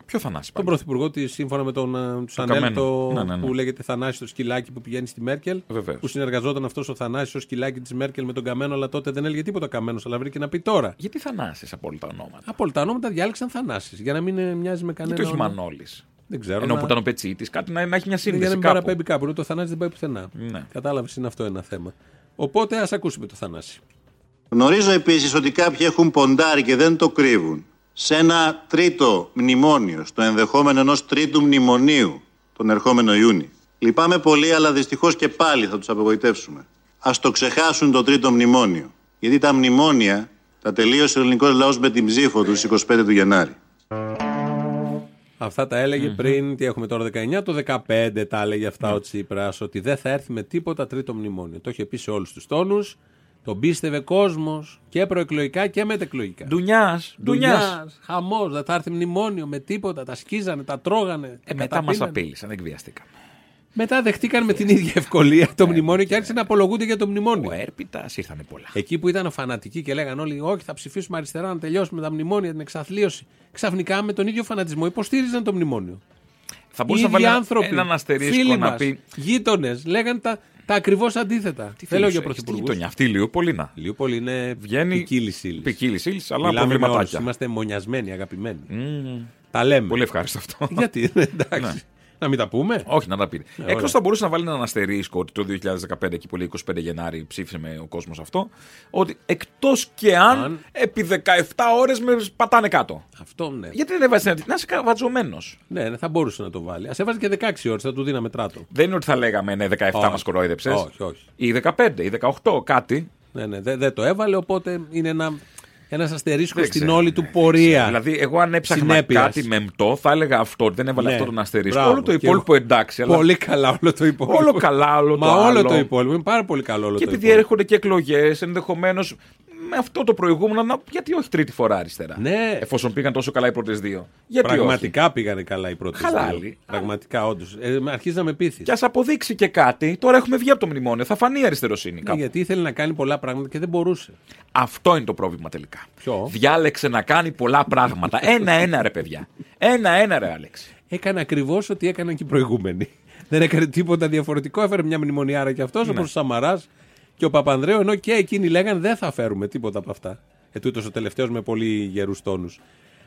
Speaker 3: Ποιο θα νάσει
Speaker 2: Τον
Speaker 3: πάλι.
Speaker 2: πρωθυπουργό τη, σύμφωνα με τον ε, τους
Speaker 3: Καμένο.
Speaker 2: Ανέλτο,
Speaker 3: Ναι, ναι, ναι.
Speaker 2: που λέγεται Θανάση το σκυλάκι που πηγαίνει στη Μέρκελ.
Speaker 3: Βεβαίως.
Speaker 2: Που συνεργαζόταν αυτός ο Θανάσης ο σκυλάκι της Μέρκελ με τον Καμένο, αλλά τότε δεν έλεγε τίποτα Καμένος, αλλά βρήκε να πει τώρα.
Speaker 3: Γιατί θα νάσει από όλα τα ονόματα.
Speaker 2: Από όλα τα ονόματα διάλεξαν Θανάσης, για να μην ε, μοιάζει με κανένα.
Speaker 3: Γιατί όχι
Speaker 2: όνομα.
Speaker 3: Μανώλης.
Speaker 2: Δεν ξέρω.
Speaker 3: Ενώ
Speaker 2: να-
Speaker 3: που ήταν ο Πετσίτης, κάτι να, να έχει μια
Speaker 2: για να
Speaker 3: σύνδεση
Speaker 2: μην
Speaker 3: κάπου.
Speaker 2: παραπέμπει κάπου. Το Θανάση δεν πάει πουθενά.
Speaker 3: Ναι.
Speaker 2: Κατάλαβες, είναι αυτό ένα θέμα. Οπότε ας ακούσουμε το Θανάση.
Speaker 5: Γνωρίζω επίσης ότι κάποιοι έχουν ποντάρει και δεν το κρύβουν σε ένα τρίτο μνημόνιο, στο ενδεχόμενο ενός τρίτου μνημονίου τον ερχόμενο Ιούνι. Λυπάμαι πολύ, αλλά δυστυχώς και πάλι θα τους απογοητεύσουμε. Ας το ξεχάσουν το τρίτο μνημόνιο, γιατί τα μνημόνια τα τελείωσε ο ελληνικός λαός με την ψήφο του στις 25 του Γενάρη.
Speaker 2: Αυτά τα ελεγε πριν, τι έχουμε τώρα 19, το 15 τα έλεγε
Speaker 3: Ναι.
Speaker 2: αυτά ο Τσίπρας, ότι δεν θα έρθει με τίποτα τρίτο μνημόνιο. Το είχε πει σε όλους τους τόνους, τον πίστευε κόσμος και προεκλογικά και μετεκλογικά.
Speaker 3: Ντουνιάς. Ντουνιάς.
Speaker 2: Δουλειάς, χαμός, δεν θα έρθει μνημόνιο με τίποτα, τα σκίζανε, τα τρώγανε.
Speaker 3: Ε, μετά
Speaker 2: τα
Speaker 3: μας
Speaker 2: καταπίνανε.
Speaker 3: απείλησαν, δεν εκβιαστήκαμε.
Speaker 2: Μετά δεχτήκαν με την ίδια ευκολία το μνημόνιο και άρχισαν να απολογούνται για το μνημόνιο.
Speaker 3: Ο Έρπιτα ήρθανε πολλά.
Speaker 2: Εκεί που ήταν φανατικοί και λέγανε όλοι, Όχι, θα ψηφίσουμε αριστερά να τελειώσουμε τα μνημόνια, την εξαθλίωση. Ξαφνικά με τον ίδιο φανατισμό υποστήριζαν το μνημόνιο.
Speaker 3: Θα
Speaker 2: Οι
Speaker 3: μπορούσε να
Speaker 2: ίδιοι
Speaker 3: βάλει
Speaker 2: άνθρωποι,
Speaker 3: έναν αστερίσκο
Speaker 2: φίλοι
Speaker 3: να
Speaker 2: μας,
Speaker 3: πει.
Speaker 2: γείτονες, λέγανε τα, τα ακριβώς αντίθετα. Τι Δεν λέω για
Speaker 3: πρωθυπουργό.
Speaker 2: πρωθυπουργούς.
Speaker 3: Αυτή η Λιούπολίνα.
Speaker 2: Λιούπολη είναι
Speaker 3: Βγαίνει.
Speaker 2: ποικίλης ύλης.
Speaker 3: Ποικίλης ύλης, αλλά
Speaker 2: Μιλάμε με όλους,
Speaker 3: προβληματάκια.
Speaker 2: είμαστε μονιασμένοι, αγαπημένοι. Τα λέμε.
Speaker 3: Πολύ ευχάριστο αυτό. Ναι.
Speaker 2: Γιατί, εντάξει. Να μην τα πούμε. Ε,
Speaker 3: Όχι, να τα πει. Εκτός
Speaker 2: ωραία.
Speaker 3: θα μπορούσε να βάλει έναν αστερίσκο ότι το 2015 εκεί πολύ 25 Γενάρη ψήφισε με ο κόσμος αυτό. Ότι εκτός και αν,
Speaker 2: Αν.
Speaker 3: επί 17 ώρες με πατάνε κάτω.
Speaker 2: Αυτό ναι.
Speaker 3: Γιατί δεν έβαζε να είσαι καβατζωμένο.
Speaker 2: ναι. ναι, θα μπορούσε να το βάλει. Ας έβαζε και 16 ώρες, θα του δίναμε τράτο.
Speaker 3: Δεν είναι ότι θα λέγαμε ναι, 17
Speaker 2: Όχι.
Speaker 3: μας κοροϊδέψες.
Speaker 2: Όχι, όχι.
Speaker 3: Ή 15 ή 18, κάτι.
Speaker 2: Ναι, ναι, δεν δεν το έβαλε, οπότε είναι ένα, ένας αστερίσκος
Speaker 3: Δεν
Speaker 2: στην
Speaker 3: ξέρω,
Speaker 2: όλη
Speaker 3: ναι,
Speaker 2: του
Speaker 3: δεν
Speaker 2: πορεία.
Speaker 3: ξέρω. Δηλαδή, εγώ αν έψαχνα
Speaker 2: Συνέπειας.
Speaker 3: κάτι μεμτό, θα έλεγα αυτό. ότι Δεν έβαλα
Speaker 2: Ναι,
Speaker 3: αυτό τον αστερίσκο.
Speaker 2: μπράβο,
Speaker 3: Όλο το
Speaker 2: και
Speaker 3: υπόλοιπο
Speaker 2: εγώ.
Speaker 3: εντάξει. Αλλά...
Speaker 2: Πολύ καλά όλο το υπόλοιπο.
Speaker 3: Όλο καλά, όλο
Speaker 2: Μα
Speaker 3: το
Speaker 2: όλο
Speaker 3: άλλο.
Speaker 2: το υπόλοιπο. Είναι πάρα πολύ καλό όλο
Speaker 3: Και
Speaker 2: το
Speaker 3: επειδή
Speaker 2: υπόλοιπο.
Speaker 3: έρχονται και εκλογές, ενδεχομένως με αυτό το προηγούμενο, να... γιατί όχι τρίτη φορά αριστερά.
Speaker 2: Ναι.
Speaker 3: Εφόσον πήγαν τόσο καλά οι πρώτες δύο. Γιατί όχι.
Speaker 2: Πραγματικά πήγανε καλά οι πρώτες.
Speaker 3: Χαλάλι.
Speaker 2: Πραγματικά, όντως. Ε, με αρχίζεις να με πείθεις.
Speaker 3: Και ας αποδείξει και κάτι, τώρα έχουμε βγει από το μνημόνιο. Θα φανεί η αριστεροσύνη
Speaker 2: Ναι,
Speaker 3: κάπου.
Speaker 2: γιατί ήθελε να κάνει πολλά πράγματα και δεν μπορούσε.
Speaker 3: Αυτό είναι το πρόβλημα τελικά.
Speaker 2: Ποιο?
Speaker 3: Διάλεξε να κάνει πολλά πράγματα. Ένα-ένα ρε παιδιά. Ένα-ένα ρε Άλεξ.
Speaker 2: Έκανε ακριβώς ό,τι έκαναν και οι προηγούμενοι. δεν έκανε τίποτα διαφορετικό. Έφερε μια μνημονιάρα κι
Speaker 3: Ναι.
Speaker 2: αυτό, όπως ο Σαμαράς και ο Παπανδρέου, ενώ και εκείνοι λέγαν δεν θα φέρουμε τίποτα από αυτά. Ετούτο ο τελευταίος με πολύ γερούς τόνους.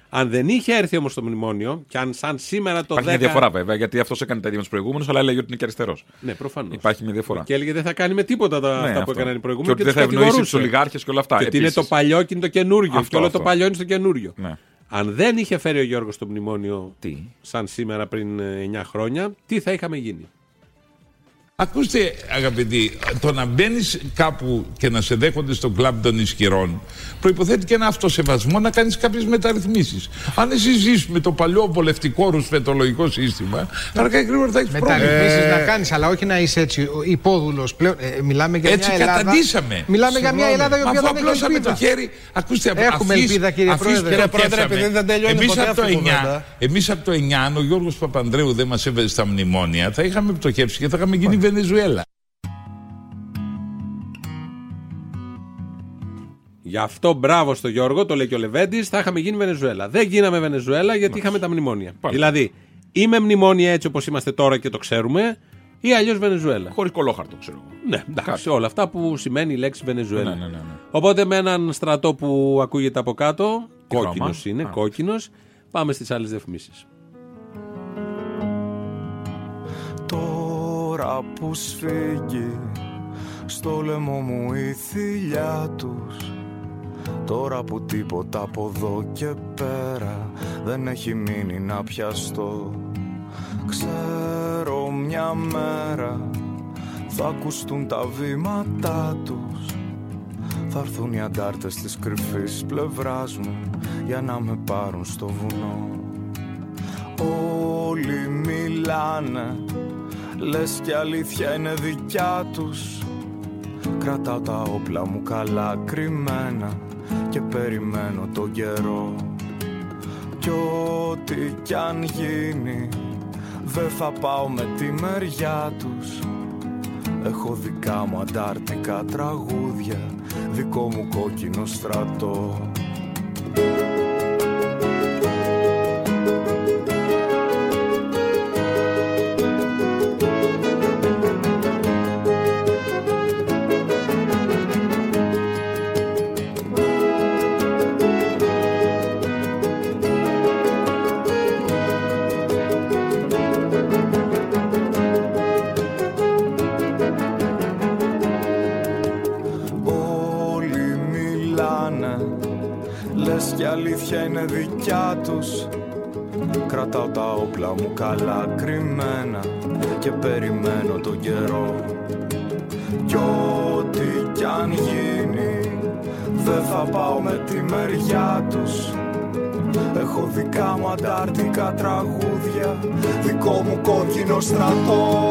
Speaker 2: Αν δεν είχε έρθει όμως το μνημόνιο, και αν σαν σήμερα το
Speaker 3: Υπάρχει μια
Speaker 2: 10
Speaker 3: διαφορά βέβαια, γιατί αυτός έκανε τα ίδια με τους προηγούμενους, αλλά έλεγε ότι είναι και αριστερός.
Speaker 2: Ναι, προφανώς.
Speaker 3: Υπάρχει μια διαφορά.
Speaker 2: Και έλεγε δεν θα κάνει με τίποτα τα,
Speaker 3: Ναι,
Speaker 2: αυτά που
Speaker 3: αυτό.
Speaker 2: έκαναν οι προηγούμενοι.
Speaker 3: Και ότι δεν
Speaker 2: τους
Speaker 3: θα ευνοήσει
Speaker 2: κατηγορούσε.
Speaker 3: του ολιγάρχες και όλα αυτά.
Speaker 2: Και ότι είναι το
Speaker 3: Επίσης.
Speaker 2: παλιό και είναι το καινούριο.
Speaker 3: Αυτό,
Speaker 2: και όλο
Speaker 3: αυτό.
Speaker 2: το παλιό είναι στο καινούριο.
Speaker 3: Ναι.
Speaker 2: Αν δεν είχε φέρει ο Γιώργος το μνημόνιο
Speaker 3: Τι?
Speaker 2: σαν σήμερα πριν ε, 9 χρόνια, τι θα είχαμε γίνει.
Speaker 11: Ακούστε αγαπητοί, το να μπαίνεις κάπου και να σε δέχονται στο κλαμπ των ισχυρών προϋποθέτει και ένα αυτοσεβασμό να κάνεις κάποιες μεταρρυθμίσεις. Αν εσύ ζεις με το παλιό βολευτικό ρουσφετολογικό σύστημα, αργά ή γρήγορα θα έχεις πρόβλημα. Ε,
Speaker 12: Μεταρρυθμίσει να κάνεις, αλλά όχι να είσαι έτσι ο- υπόδουλος πλέον. Ε, μιλάμε για
Speaker 11: Έτσι
Speaker 12: μια Ελλάδα.
Speaker 11: καταντήσαμε.
Speaker 12: Μιλάμε για μια
Speaker 11: Συγγνώμη.
Speaker 12: Ελλάδα η
Speaker 11: Μα
Speaker 12: οποία
Speaker 11: αφού
Speaker 12: δεν έχει
Speaker 11: απλώσαμε το
Speaker 12: ελπίδα.
Speaker 11: χέρι, ακούστε από
Speaker 12: Έχουμε ελπίδα, κύριε Πρόεδρε. Κύριε Πρόεδρε, επειδή δεν τελειώνει
Speaker 11: Εμείς
Speaker 12: ποτέ ε.
Speaker 11: από το
Speaker 12: αυτή η
Speaker 11: 9,
Speaker 12: κουβέντα.
Speaker 11: εμείς από το 9, αν ο Γιώργος Παπανδρέου δεν μας έβαζε στα μνημόνια, θα είχαμε πτωχεύσει και θα είχαμε γίνει Βενεζουέλα.
Speaker 2: Γι' αυτό μπράβο στο Γιώργο, το λέει και ο Λεβέντης, θα είχαμε γίνει Βενεζουέλα. Δεν γίναμε Βενεζουέλα γιατί είχαμε τα μνημόνια. Δηλαδή, ή με μνημόνια έτσι όπως είμαστε τώρα και το ξέρουμε, ή αλλιώς Βενεζουέλα.
Speaker 3: Χωρίς κολόχαρτο, ξέρω εγώ.
Speaker 2: Ναι, εντάξει, όλα αυτά που σημαίνει η λέξη Βενεζουέλα.
Speaker 3: Ναι, ναι, ναι, ναι.
Speaker 2: Οπότε με έναν στρατό που ακούγεται από κάτω,
Speaker 3: χρώμα.
Speaker 2: κόκκινος είναι,
Speaker 3: Α.
Speaker 2: κόκκινος, πάμε στις άλλες διαφημίσεις.
Speaker 13: Τώρα που σφίγγει στο λαιμό μου η θηλιά τους Τώρα που τίποτα από εδώ και πέρα δεν έχει μείνει να πιαστώ Ξέρω μια μέρα θα ακουστούν τα βήματά τους Θα έρθουν οι αντάρτες της κρυφής πλευράς μου για να με πάρουν στο βουνό Όλοι μιλάνε Λες και αλήθεια είναι δικιά τους Κρατάω τα όπλα μου καλά κρυμμένα Και περιμένω τον καιρό Κι ό,τι κι αν γίνει Δεν θα πάω με τη μεριά τους Έχω δικά μου αντάρτικα τραγούδια Δικό μου κόκκινο στρατό Όλοι μιλάνε Λες και αλήθεια είναι δικιά τους Κρατάω τα όπλα μου καλά κρυμμένα Και περιμένω τον καιρό Κι ό,τι κι αν γίνει Δεν θα πάω με τη μεριά τους Έχω δικά μου αντάρτικα τραγούδια Δικό μου κόκκινο στρατό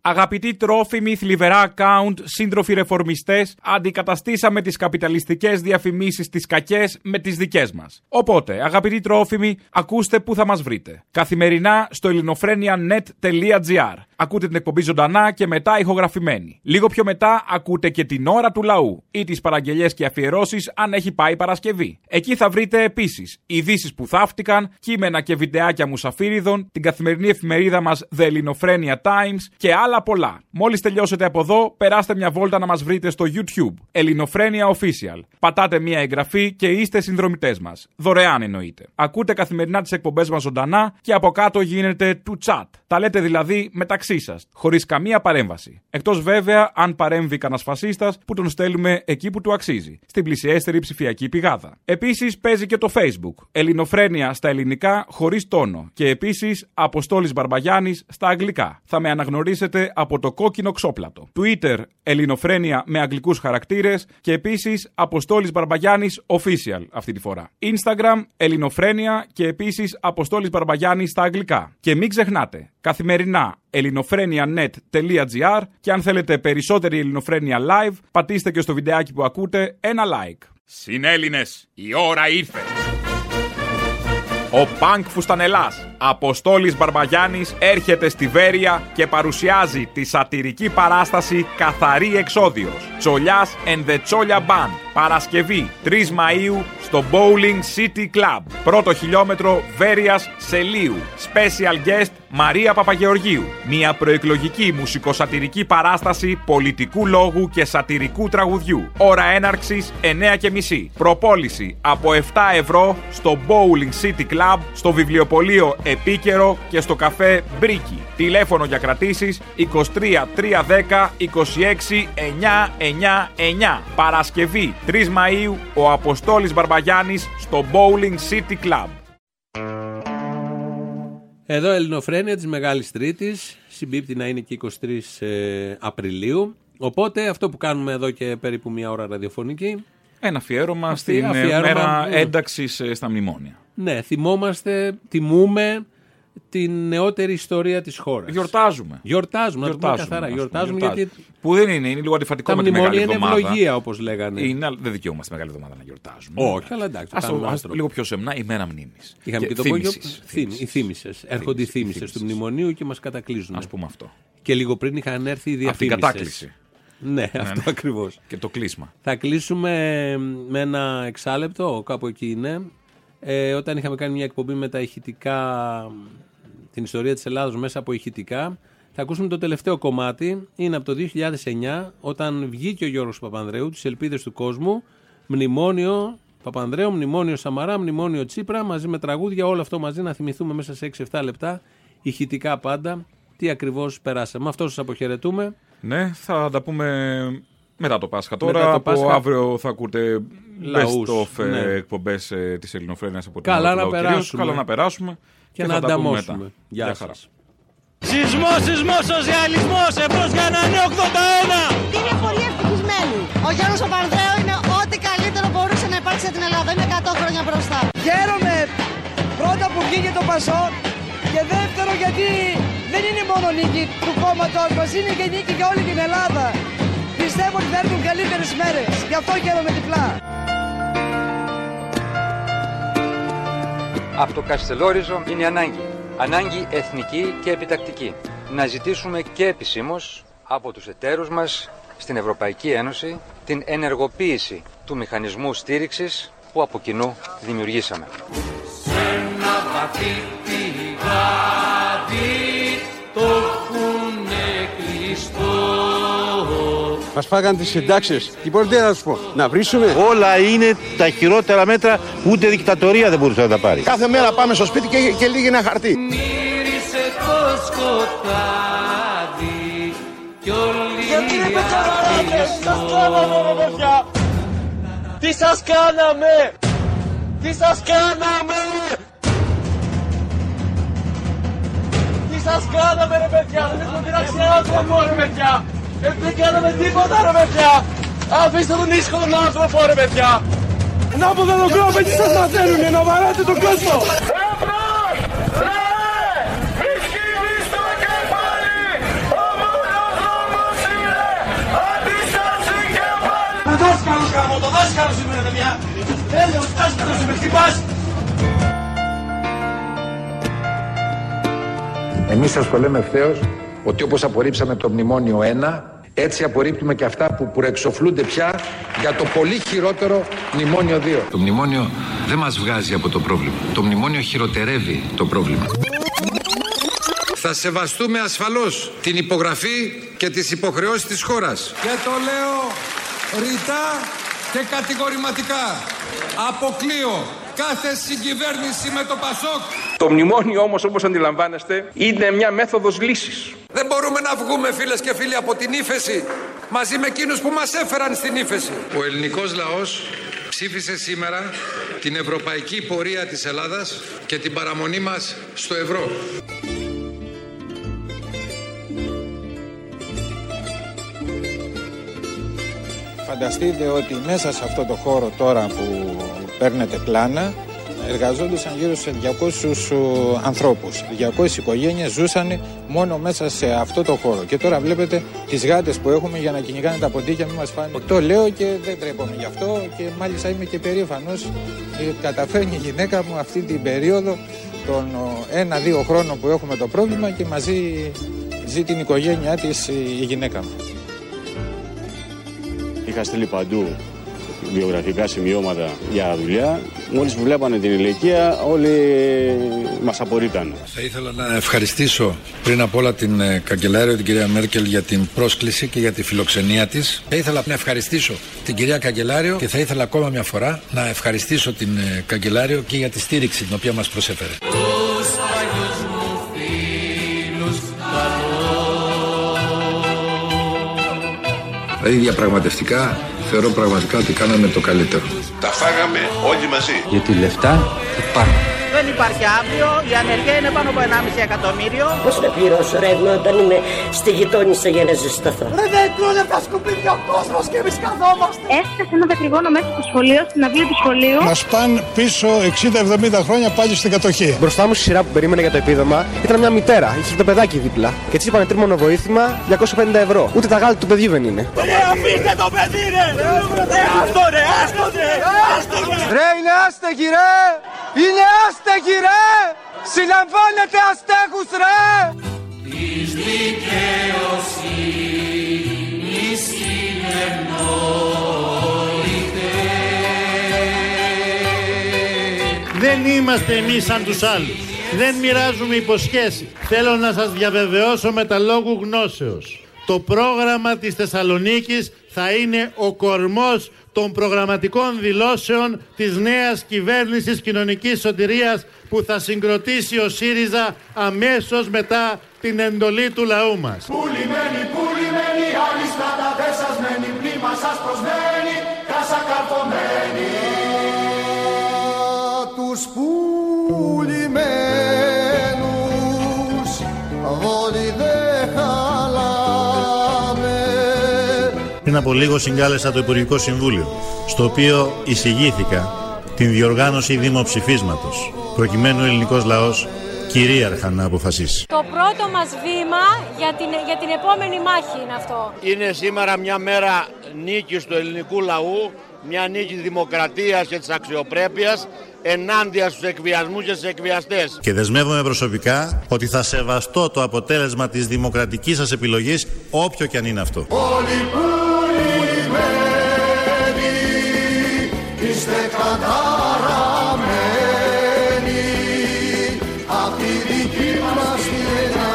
Speaker 3: Αγαπητοί τρόφιμοι, θλιβερά account, σύντροφοι ρεφορμιστές, αντικαταστήσαμε τις καπιταλιστικές διαφημίσεις τις κακές με τις δικές μας. Οπότε, αγαπητοί τρόφιμοι, ακούστε πού θα μας βρείτε. Καθημερινά στο ελληνοφρένια.net.gr. Ακούτε την εκπομπή ζωντανά και μετά ηχογραφημένη. Λίγο πιο μετά ακούτε και την ώρα του λαού ή τις παραγγελίε και αφιερώσεις αν έχει πάει Παρασκευή. Εκεί θα βρείτε επίσης ειδήσεις που θαύτηκαν, κείμενα και βιντεάκια μουσαφίριδων, την καθημερινή εφημερίδα μας The Ελληνοφrenia Times και άλλα πολλά. Μόλις τελειώσετε από εδώ, περάστε μια βόλτα να μας βρείτε στο YouTube. Ελληνοφρένια Official. Πατάτε μια εγγραφή και είστε συνδρομητές μας. Δωρεάν εννοείται. Ακούτε καθημερινά τις εκπομπές μας ζωντανά και από κάτω γίνεται του chat. Τα λέτε δηλαδή μεταξύ σας, χωρίς καμία παρέμβαση. Εκτός βέβαια αν παρέμβει κανένα φασίστας που τον στέλνουμε εκεί που του αξίζει, στην πλησιέστερη ψηφιακή πηγάδα. Επίσης παίζει και το Facebook. Ελληνοφρένια στα ελληνικά χωρίς τόνο. Και επίσης Αποστόλης Μπαρμπαγιάννης στα αγγλικά. Θα με αναγνωρίσετε από το κόκκινο ξόπλατο. Twitter Ελληνοφρένια με αγγλικούς χαρακτήρες και επίσης Αποστόλης Μπαρμπαγιάννης Official αυτή τη φορά. Instagram Ελληνοφρένια και επίσης Αποστόλης Μπαρμπαγιάννης στα αγγλικά. Και μην ξεχνάτε, καθημερινά ελληνοφρένια.net.gr και αν θέλετε περισσότερη ελληνοφρένια live, πατήστε και στο βιντεάκι που ακούτε ένα like. Συνέλληνες, η ώρα ήρθε. Ο Πανκ Φουστανελάς, Αποστόλης Μπαρμπαγιάννης, έρχεται στη Βέρεια και παρουσιάζει τη σατυρική παράσταση «Καθαρή Εξόδιος». Τσολιάς and the Τσόλια Band. Παρασκευή 3 Μαΐου στο Bowling City Club. Πρώτο χιλιόμετρο Βέρειας Σελίου. Special guest Μαρία Παπαγεωργίου. Μια προεκλογική μουσικοσατυρική παράσταση πολιτικού λόγου και σατυρικού τραγουδιού. Ώρα έναρξης 9.30. Προπόληση από 7 ευρώ στο Bowling City Club, στο βιβλιοπωλείο Επίκαιρο και στο καφέ Μπρίκι. Τηλέφωνο για κρατήσεις 23 310 26 999. Παρασκευή 3 Μαΐου ο Αποστόλης Μπαρμπαγιάννης στο Bowling City Club.
Speaker 2: Εδώ Ελληνοφρένια της Μεγάλης Τρίτης, συμπίπτει να είναι και 23 ε, Απριλίου. Οπότε αυτό που κάνουμε εδώ και περίπου μία ώρα ραδιοφωνική.
Speaker 3: Ένα αφιέρωμα
Speaker 2: Αυτή
Speaker 3: στην ε,
Speaker 2: αφιέρωμα,
Speaker 3: μέρα
Speaker 2: ναι.
Speaker 3: ένταξης ε, στα μνημόνια.
Speaker 2: Ναι, θυμόμαστε, τιμούμε την νεότερη ιστορία της χώρας.
Speaker 3: Γιορτάζουμε.
Speaker 2: Γιορτάζουμε, να το πούμε
Speaker 3: Γιορτάζουμε.
Speaker 2: καθαρά.
Speaker 3: ας πούμε,
Speaker 2: Γιορτάζουμε
Speaker 3: γιορτάζουμε.
Speaker 2: γιατί
Speaker 3: Που δεν είναι, είναι λίγο αντιφατικό
Speaker 2: τα
Speaker 3: με τη Μεγάλη
Speaker 2: μνημόνια είναι
Speaker 3: Εβδομάδα.
Speaker 2: ευλογία, όπως λέγανε.
Speaker 3: Είναι, αλλά δεν δικαιούμαστε Μεγάλη Εβδομάδα να γιορτάζουμε.
Speaker 2: Όχι, καλά, εντάξει, το
Speaker 3: Ας
Speaker 2: κάνουμε
Speaker 3: ας
Speaker 2: άστρο.
Speaker 3: λίγο πιο σεμνά, ημέρα μνήμης.
Speaker 2: Είχαμε και, το
Speaker 3: θύμησης,
Speaker 2: πόγιο-
Speaker 3: θύμησης.
Speaker 2: θύμη- Οι θύμησες. Έρχονται οι θύμησες του μνημονίου και μας κατακλείζουν. Ας
Speaker 3: πούμε αυτό.
Speaker 2: Και λίγο πριν είχαν έρθει
Speaker 3: Αυτή
Speaker 2: οι
Speaker 3: η
Speaker 2: διαφήμισες.
Speaker 3: κατάκληση.
Speaker 2: Ναι,
Speaker 3: Ναι,
Speaker 2: αυτό
Speaker 3: ναι.
Speaker 2: ακριβώς.
Speaker 3: Και το κλείσμα.
Speaker 2: Θα κλείσουμε με ένα εξάλεπτο, κάπου εκεί είναι. Ε, όταν είχαμε κάνει μια εκπομπή με τα ηχητικά, την ιστορία της Ελλάδος μέσα από ηχητικά, θα ακούσουμε το τελευταίο κομμάτι. Είναι από το 2009, όταν βγήκε ο Γιώργος Παπανδρέου, τις ελπίδες του κόσμου, μνημόνιο Παπανδρέου, μνημόνιο Σαμαρά, μνημόνιο Τσίπρα, μαζί με τραγούδια, όλο αυτό μαζί να θυμηθούμε μέσα σε 6-7 λεπτά, ηχητικά πάντα, τι ακριβώς περάσαμε. Αυτό σας αποχαιρετούμε.
Speaker 3: Ναι, θα τα πούμε μετά το Πάσχα. Τώρα
Speaker 2: Μετά το
Speaker 3: από
Speaker 2: Πάσχα.
Speaker 3: αύριο θα ακούτε
Speaker 2: Λαούς,
Speaker 3: best of
Speaker 2: ναι.
Speaker 3: ναι. εκπομπές της Ελληνοφρένειας από την
Speaker 2: Καλά
Speaker 3: Ώρα του
Speaker 2: να
Speaker 3: Λαού κυρίως.
Speaker 2: περάσουμε.
Speaker 3: Καλά να περάσουμε
Speaker 2: Και να
Speaker 3: θα τα πούμε
Speaker 2: ανταμώσουμε.
Speaker 3: μετά.
Speaker 2: Γεια
Speaker 3: Γεια
Speaker 2: σας.
Speaker 3: χαρά.
Speaker 14: Σεισμός, σεισμός, σοσιαλισμός, εμπρός για έναν νέο 81!
Speaker 15: Είναι πολύ ευτυχισμένη. Ο Γιώργος Παπανδρέου είναι ό,τι καλύτερο μπορούσε να υπάρξει για την Ελλάδα. Είναι 100 χρόνια μπροστά.
Speaker 16: Χαίρομαι πρώτα που βγήκε το Πασό και δεύτερο γιατί δεν είναι μόνο νίκη του κόμματός μας, είναι και νίκη για όλη την Ελλάδα. Πιστεύω ότι θα έρθουν καλύτερες μέρες, γι' αυτό χαίρομαι διπλά.
Speaker 17: Από το Καστελόριζο είναι ανάγκη. Ανάγκη εθνική και επιτακτική. Να ζητήσουμε και επισήμως από τους εταίρους μας στην Ευρωπαϊκή Ένωση την ενεργοποίηση του μηχανισμού στήριξης που από κοινού δημιουργήσαμε.
Speaker 14: Ένα βαθύ πηγάδι το έχουνε κλειστό.
Speaker 18: Μα φάγαν τις συντάξεις. Λοιπόν, Τι μπορεί να σου πω, να βρίσουμε.
Speaker 19: Όλα είναι τα χειρότερα μέτρα που ούτε δικτατορία δεν μπορούσε να τα πάρει.
Speaker 20: Κάθε μέρα πάμε στο σπίτι και, και λίγη ένα χαρτί.
Speaker 14: Μύρισε το σκοτάδι κι όλοι
Speaker 16: Γιατί
Speaker 14: οι
Speaker 16: δεν με καταλάβατε,
Speaker 14: άνθρωποι
Speaker 16: τι σας κάναμε ρε παιδιά. Τι σας κάναμε. Τι σας κάναμε. Τι σας κάναμε ρε παιδιά, δεν έχουμε πειράξει ένα άνθρωπο ρε παιδιά. Ε, Δεν κάναμε τίποτα ρε παιδιά. Αφήστε τον ήσυχο τον άνθρωπο ρε παιδιά. Να από εδώ τον κόσμο, τι σας μαθαίνουνε, να βαράτε τον κόσμο.
Speaker 14: Ρε, μη σκύβεις το κεφάλι, ο μόνος
Speaker 16: γάμο, το δάσκαλο σου είναι, παιδιά. Έλεος δάσκαλος με χτυπάς.
Speaker 6: Εμείς σας το λέμε ευθέως ότι όπως απορρίψαμε το μνημόνιο 1, έτσι απορρίπτουμε και αυτά που προεξοφλούνται πια για το πολύ χειρότερο μνημόνιο 2. Το μνημόνιο δεν μας βγάζει από το πρόβλημα. Το μνημόνιο χειροτερεύει το πρόβλημα. Θα σεβαστούμε ασφαλώς την υπογραφή και τις υποχρεώσεις της χώρας.
Speaker 14: Και το λέω ρητά και κατηγορηματικά. Αποκλείω κάθε συγκυβέρνηση με το Πασόκ.
Speaker 21: Το μνημόνιο όμως όπως αντιλαμβάνεστε είναι μια μέθοδος λύσης.
Speaker 14: Δεν μπορούμε να βγούμε φίλες και φίλοι από την ύφεση μαζί με εκείνους που μας έφεραν στην ύφεση.
Speaker 6: Ο ελληνικός λαός ψήφισε σήμερα την ευρωπαϊκή πορεία της Ελλάδας και την παραμονή μας στο ευρώ.
Speaker 22: Φανταστείτε ότι μέσα σε αυτό το χώρο τώρα που παίρνετε πλάνα εργαζόντουσαν γύρω σε 200 ανθρώπους. 200 οικογένειες ζούσαν μόνο μέσα σε αυτό το χώρο. Και τώρα βλέπετε τις γάτες που έχουμε για να κυνηγάνε τα ποντίκια, μην μας φάνε. Το λέω και δεν τρέπομαι γι' αυτό και μάλιστα είμαι και περήφανος. Ε, Καταφέρνει η γυναίκα μου αυτή την περίοδο των ένα-δύο χρόνων που έχουμε το πρόβλημα και μαζί ζει την οικογένειά της ε, η γυναίκα μου.
Speaker 23: Είχα στείλει παντού βιογραφικά σημειώματα για δουλειά. Μόλις που βλέπανε την ηλικία όλοι μας απορρίπτανε.
Speaker 6: Θα ήθελα να ευχαριστήσω πριν απ' όλα την ε, καγκελάριο, την κυρία Μέρκελ, για την πρόσκληση και για τη φιλοξενία της. Θα ήθελα να ευχαριστήσω την κυρία Καγκελάριο και θα ήθελα ακόμα μια φορά να ευχαριστήσω την ε, καγκελάριο και για τη στήριξη την οποία μας προσέφερε.
Speaker 14: Τους παλιούς μου φίλους
Speaker 6: Δηλαδή, διαπραγματευτικά θεωρώ πραγματικά ότι κάναμε το καλύτερο.
Speaker 24: Τα φάγαμε όλοι μαζί.
Speaker 6: Γιατί λεφτά υπάρχουν.
Speaker 25: Δεν υπάρχει αύριο, η ανεργία είναι πάνω από 1,5 εκατομμύριο.
Speaker 26: Πώς να πληρώσω ρεύμα όταν είμαι στη γειτόνισσα για να ζεσταθώ.
Speaker 16: Ρε δεν κλούνε τα σκουπίδια ο κόσμος και εμείς καθόμαστε.
Speaker 27: Έφτασε ένα δακρυγόνο μέσα στο σχολείο, στην αυλή του σχολείου.
Speaker 28: Μας πάνε πίσω 60-70 χρόνια πάλι στην κατοχή.
Speaker 29: Μπροστά μου στη σειρά που περίμενα για το επίδομα ήταν μια μητέρα. Είχε το παιδάκι δίπλα. Και έτσι είπανε τρίμονο βοήθημα 250 ευρώ. Ούτε τα γάλα του παιδιού δεν είναι.
Speaker 16: Ρε αφήστε το παιδί ρε. Ρε άστο ρε, άστο ρε, άστο ρε.
Speaker 30: Ρε είναι άστεγοι ρε! Είναι άστεγοι ρε! Συλλαμβάνετε αστέχους ρε!
Speaker 14: Της δικαιοσύνης συνευνόητε.
Speaker 9: Δεν είμαστε εμείς σαν τους άλλους. Δεν μοιράζουμε υποσχέσεις. Θέλω να σας διαβεβαιώσω με τα λόγου γνώσεως. Το πρόγραμμα της Θεσσαλονίκης θα είναι ο κορμός των προγραμματικών δηλώσεων της νέας κυβέρνησης κοινωνικής σωτηρίας που θα συγκροτήσει ο ΣΥΡΙΖΑ αμέσως μετά την εντολή του λαού μας.
Speaker 14: Πουλημένη, πουλημένη, άλλη στράτα δεν σας μένει, μνήμα σας προσμένει, κάσα καρφωμένη.
Speaker 31: Τους πουλημένους βόλοι δεν χαλάμε
Speaker 9: Πριν από λίγο συγκάλεσα το Υπουργικό Συμβούλιο, στο οποίο εισηγήθηκα την διοργάνωση δημοψηφίσματος, προκειμένου ο ελληνικός λαός κυρίαρχα να αποφασίσει.
Speaker 32: Το πρώτο μας βήμα για την, για την επόμενη μάχη είναι αυτό.
Speaker 24: Είναι σήμερα μια μέρα νίκης του ελληνικού λαού, μια νίκη της δημοκρατίας και της αξιοπρέπειας ενάντια στους εκβιασμούς και στους εκβιαστές.
Speaker 9: Και δεσμεύομαι προσωπικά ότι θα σεβαστώ το αποτέλεσμα της δημοκρατικής σας επιλογής, όποιο και αν είναι αυτό.
Speaker 14: Όλοι πουλημένοι, είστε καταραμένοι απ' τη δική μας τη γενιά.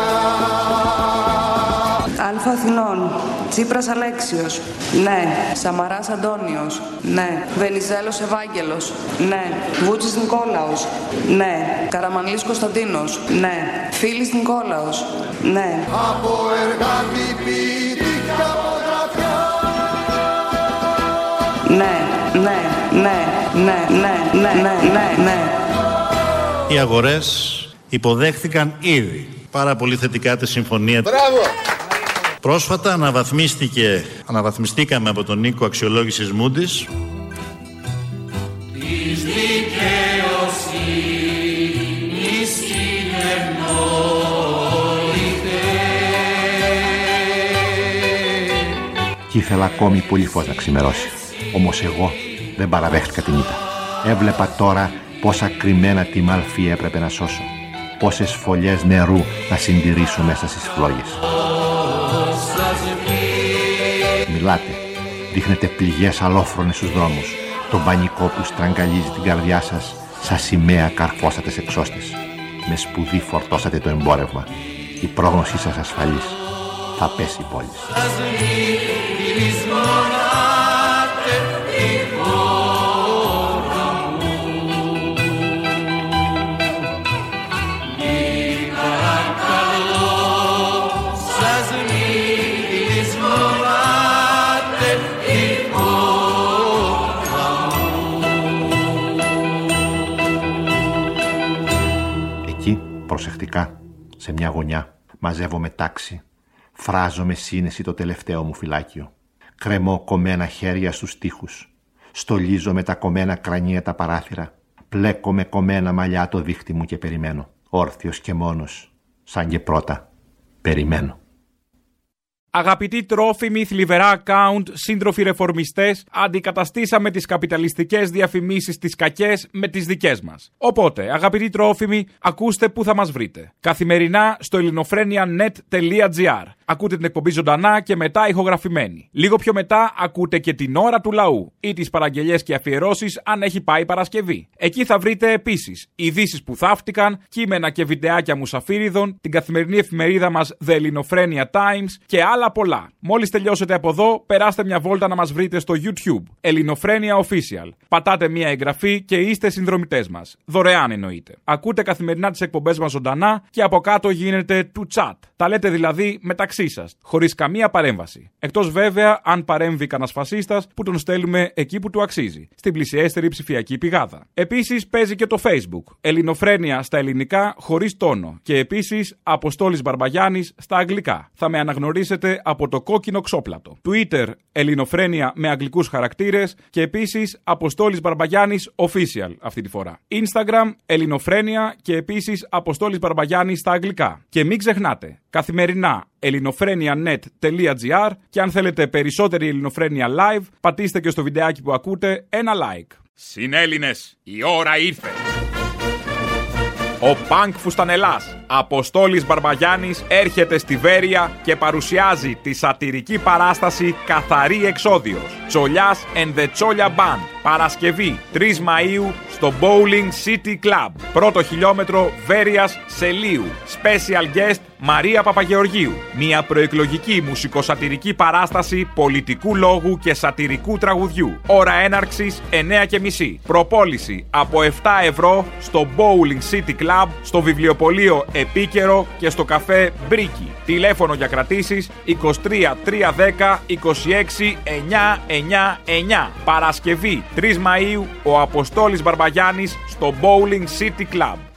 Speaker 33: Αλφα Αθηνών. Τσίπρας Αλέξιος. Ναι. Σαμαράς Αντώνιος. Ναι. Βενιζέλος Ευάγγελος. Ναι. Βούτσης Νικόλαος. Ναι. Καραμανλής Κωνσταντίνος. Ναι. Φίλης Νικόλαος. Ναι.
Speaker 14: Από εργάτη ποιητή και από γραφιά.
Speaker 33: Ναι. Ναι. Ναι. Ναι. Ναι. Ναι. Ναι. Ναι. Ναι.
Speaker 9: Οι αγορές υποδέχθηκαν ήδη πάρα πολύ θετικά τη συμφωνία. Πρόσφατα αναβαθμίστηκε, αναβαθμιστήκαμε από τον Νίκο αξιολόγησης Μούντις
Speaker 14: Της δικαιοσύνης συνευνόητε.
Speaker 34: και ήθελα ακόμη πολύ φως να ξημερώσει.
Speaker 1: Όμως εγώ δεν παραδέχτηκα την ήττα. Έβλεπα τώρα πόσα κρυμμένα τη μάλφη έπρεπε να σώσω. Πόσες φωλιές νερού να συντηρήσω μέσα στις φλόγες. Μιλάτε, δείχνετε πληγές αλόφρονες στους δρόμους. Το πανικό που στραγγαλίζει την καρδιά σας σαν σημαία καρφώσατε σε εξώστες. Με σπουδή φορτώσατε το εμπόρευμα. Η πρόγνωσή σας ασφαλής. Θα πέσει η πόλη. Εκεί, προσεκτικά, σε μια γωνιά, μαζεύω με τάξη. Φράζω με σύνεση το τελευταίο μου φυλάκιο. Κρεμώ κομμένα χέρια στους τοίχους. Στολίζω με τα κομμένα κρανία τα παράθυρα. Πλέκω με κομμένα μαλλιά το δίχτυ μου και περιμένω. Όρθιος και μόνος, σαν και πρώτα, περιμένω.
Speaker 3: Αγαπητοί τρόφιμοι, θλιβερά account, σύντροφοι ρεφορμιστές, αντικαταστήσαμε τις καπιταλιστικές διαφημίσεις τις κακές με τις δικές μας. Οπότε, αγαπητοί τρόφιμοι, ακούστε πού θα μας βρείτε. Καθημερινά στο ελληνοφρένια.net.gr. Ακούτε την εκπομπή ζωντανά και μετά ηχογραφημένη. Λίγο πιο μετά ακούτε και την ώρα του λαού ή τις παραγγελίες και αφιερώσεις αν έχει πάει η Παρασκευή. Εκεί θα βρείτε επίσης ειδήσεις που θαύτηκαν, κείμενα και βιντεάκια μουσαφίριδων, την καθημερινή εφημερίδα μας The Ελληνοφρένια Times και άλλα πολλά. Μόλις τελειώσετε από εδώ, περάστε μια βόλτα να μας βρείτε στο YouTube. Ελληνοφρένια Official. Πατάτε μια εγγραφή και είστε συνδρομητές μας. Δωρεάν εννοείται. Ακούτε καθημερινά τις εκπομπές μας ζωντανά και από κάτω γίνεται του chat. Τα λέτε δηλαδή μεταξύ σας, χωρίς καμία παρέμβαση. Εκτός βέβαια αν παρέμβει κανένας φασίστας που τον στέλνουμε εκεί που του αξίζει, στην πλησιέστερη ψηφιακή πηγάδα. Επίσης παίζει και το Facebook. Ελληνοφρένια στα ελληνικά χωρίς τόνο. Και επίσης Αποστόλης Μπαρμπαγιάννης στα αγγλικά. Θα με αναγνωρίσετε από το κόκκινο ξόπλατο. Twitter Ελληνοφρένια με αγγλικούς χαρακτήρες και επίσης Αποστόλης Μπαρμπαγιάννης Official αυτή τη φορά. Instagram Ελληνοφρένια και επίσης Αποστόλης Μπαρμπαγιάννης στα αγγλικά. Και μην ξεχνάτε, καθημερινά ελληνοφρένια.net.gr και αν θέλετε περισσότερη ελληνοφρένια live, πατήστε και στο βιντεάκι που ακούτε ένα like.
Speaker 35: Συνέλληνες, η ώρα ήρθε.
Speaker 3: Ο Πανκ Φουστανελάς, Αποστόλης Μπαρμπαγιάννης, έρχεται στη Βέρεια και παρουσιάζει τη σατυρική παράσταση «Καθαρή Εξόδιος». Τσολιάς and the Τσόλια Band. Παρασκευή 3 Μαΐου στο Bowling City Club. Πρώτο χιλιόμετρο Βέρειας Σελίου. Special guest Μαρία Παπαγεωργίου. Μια προεκλογική μουσικοσατυρική παράσταση πολιτικού λόγου και σατυρικού τραγουδιού. Ώρα έναρξης 9.30. Προπόληση από 7 ευρώ στο Bowling City Club, στο βιβλιοπωλείο Επίκαιρο και στο καφέ Μπρίκι. Τηλέφωνο για κρατήσεις 23 310 26 999. Παρασκευή 3 Μαΐου ο Αποστόλης Μπαρμπαγιάννης στο Bowling City Club.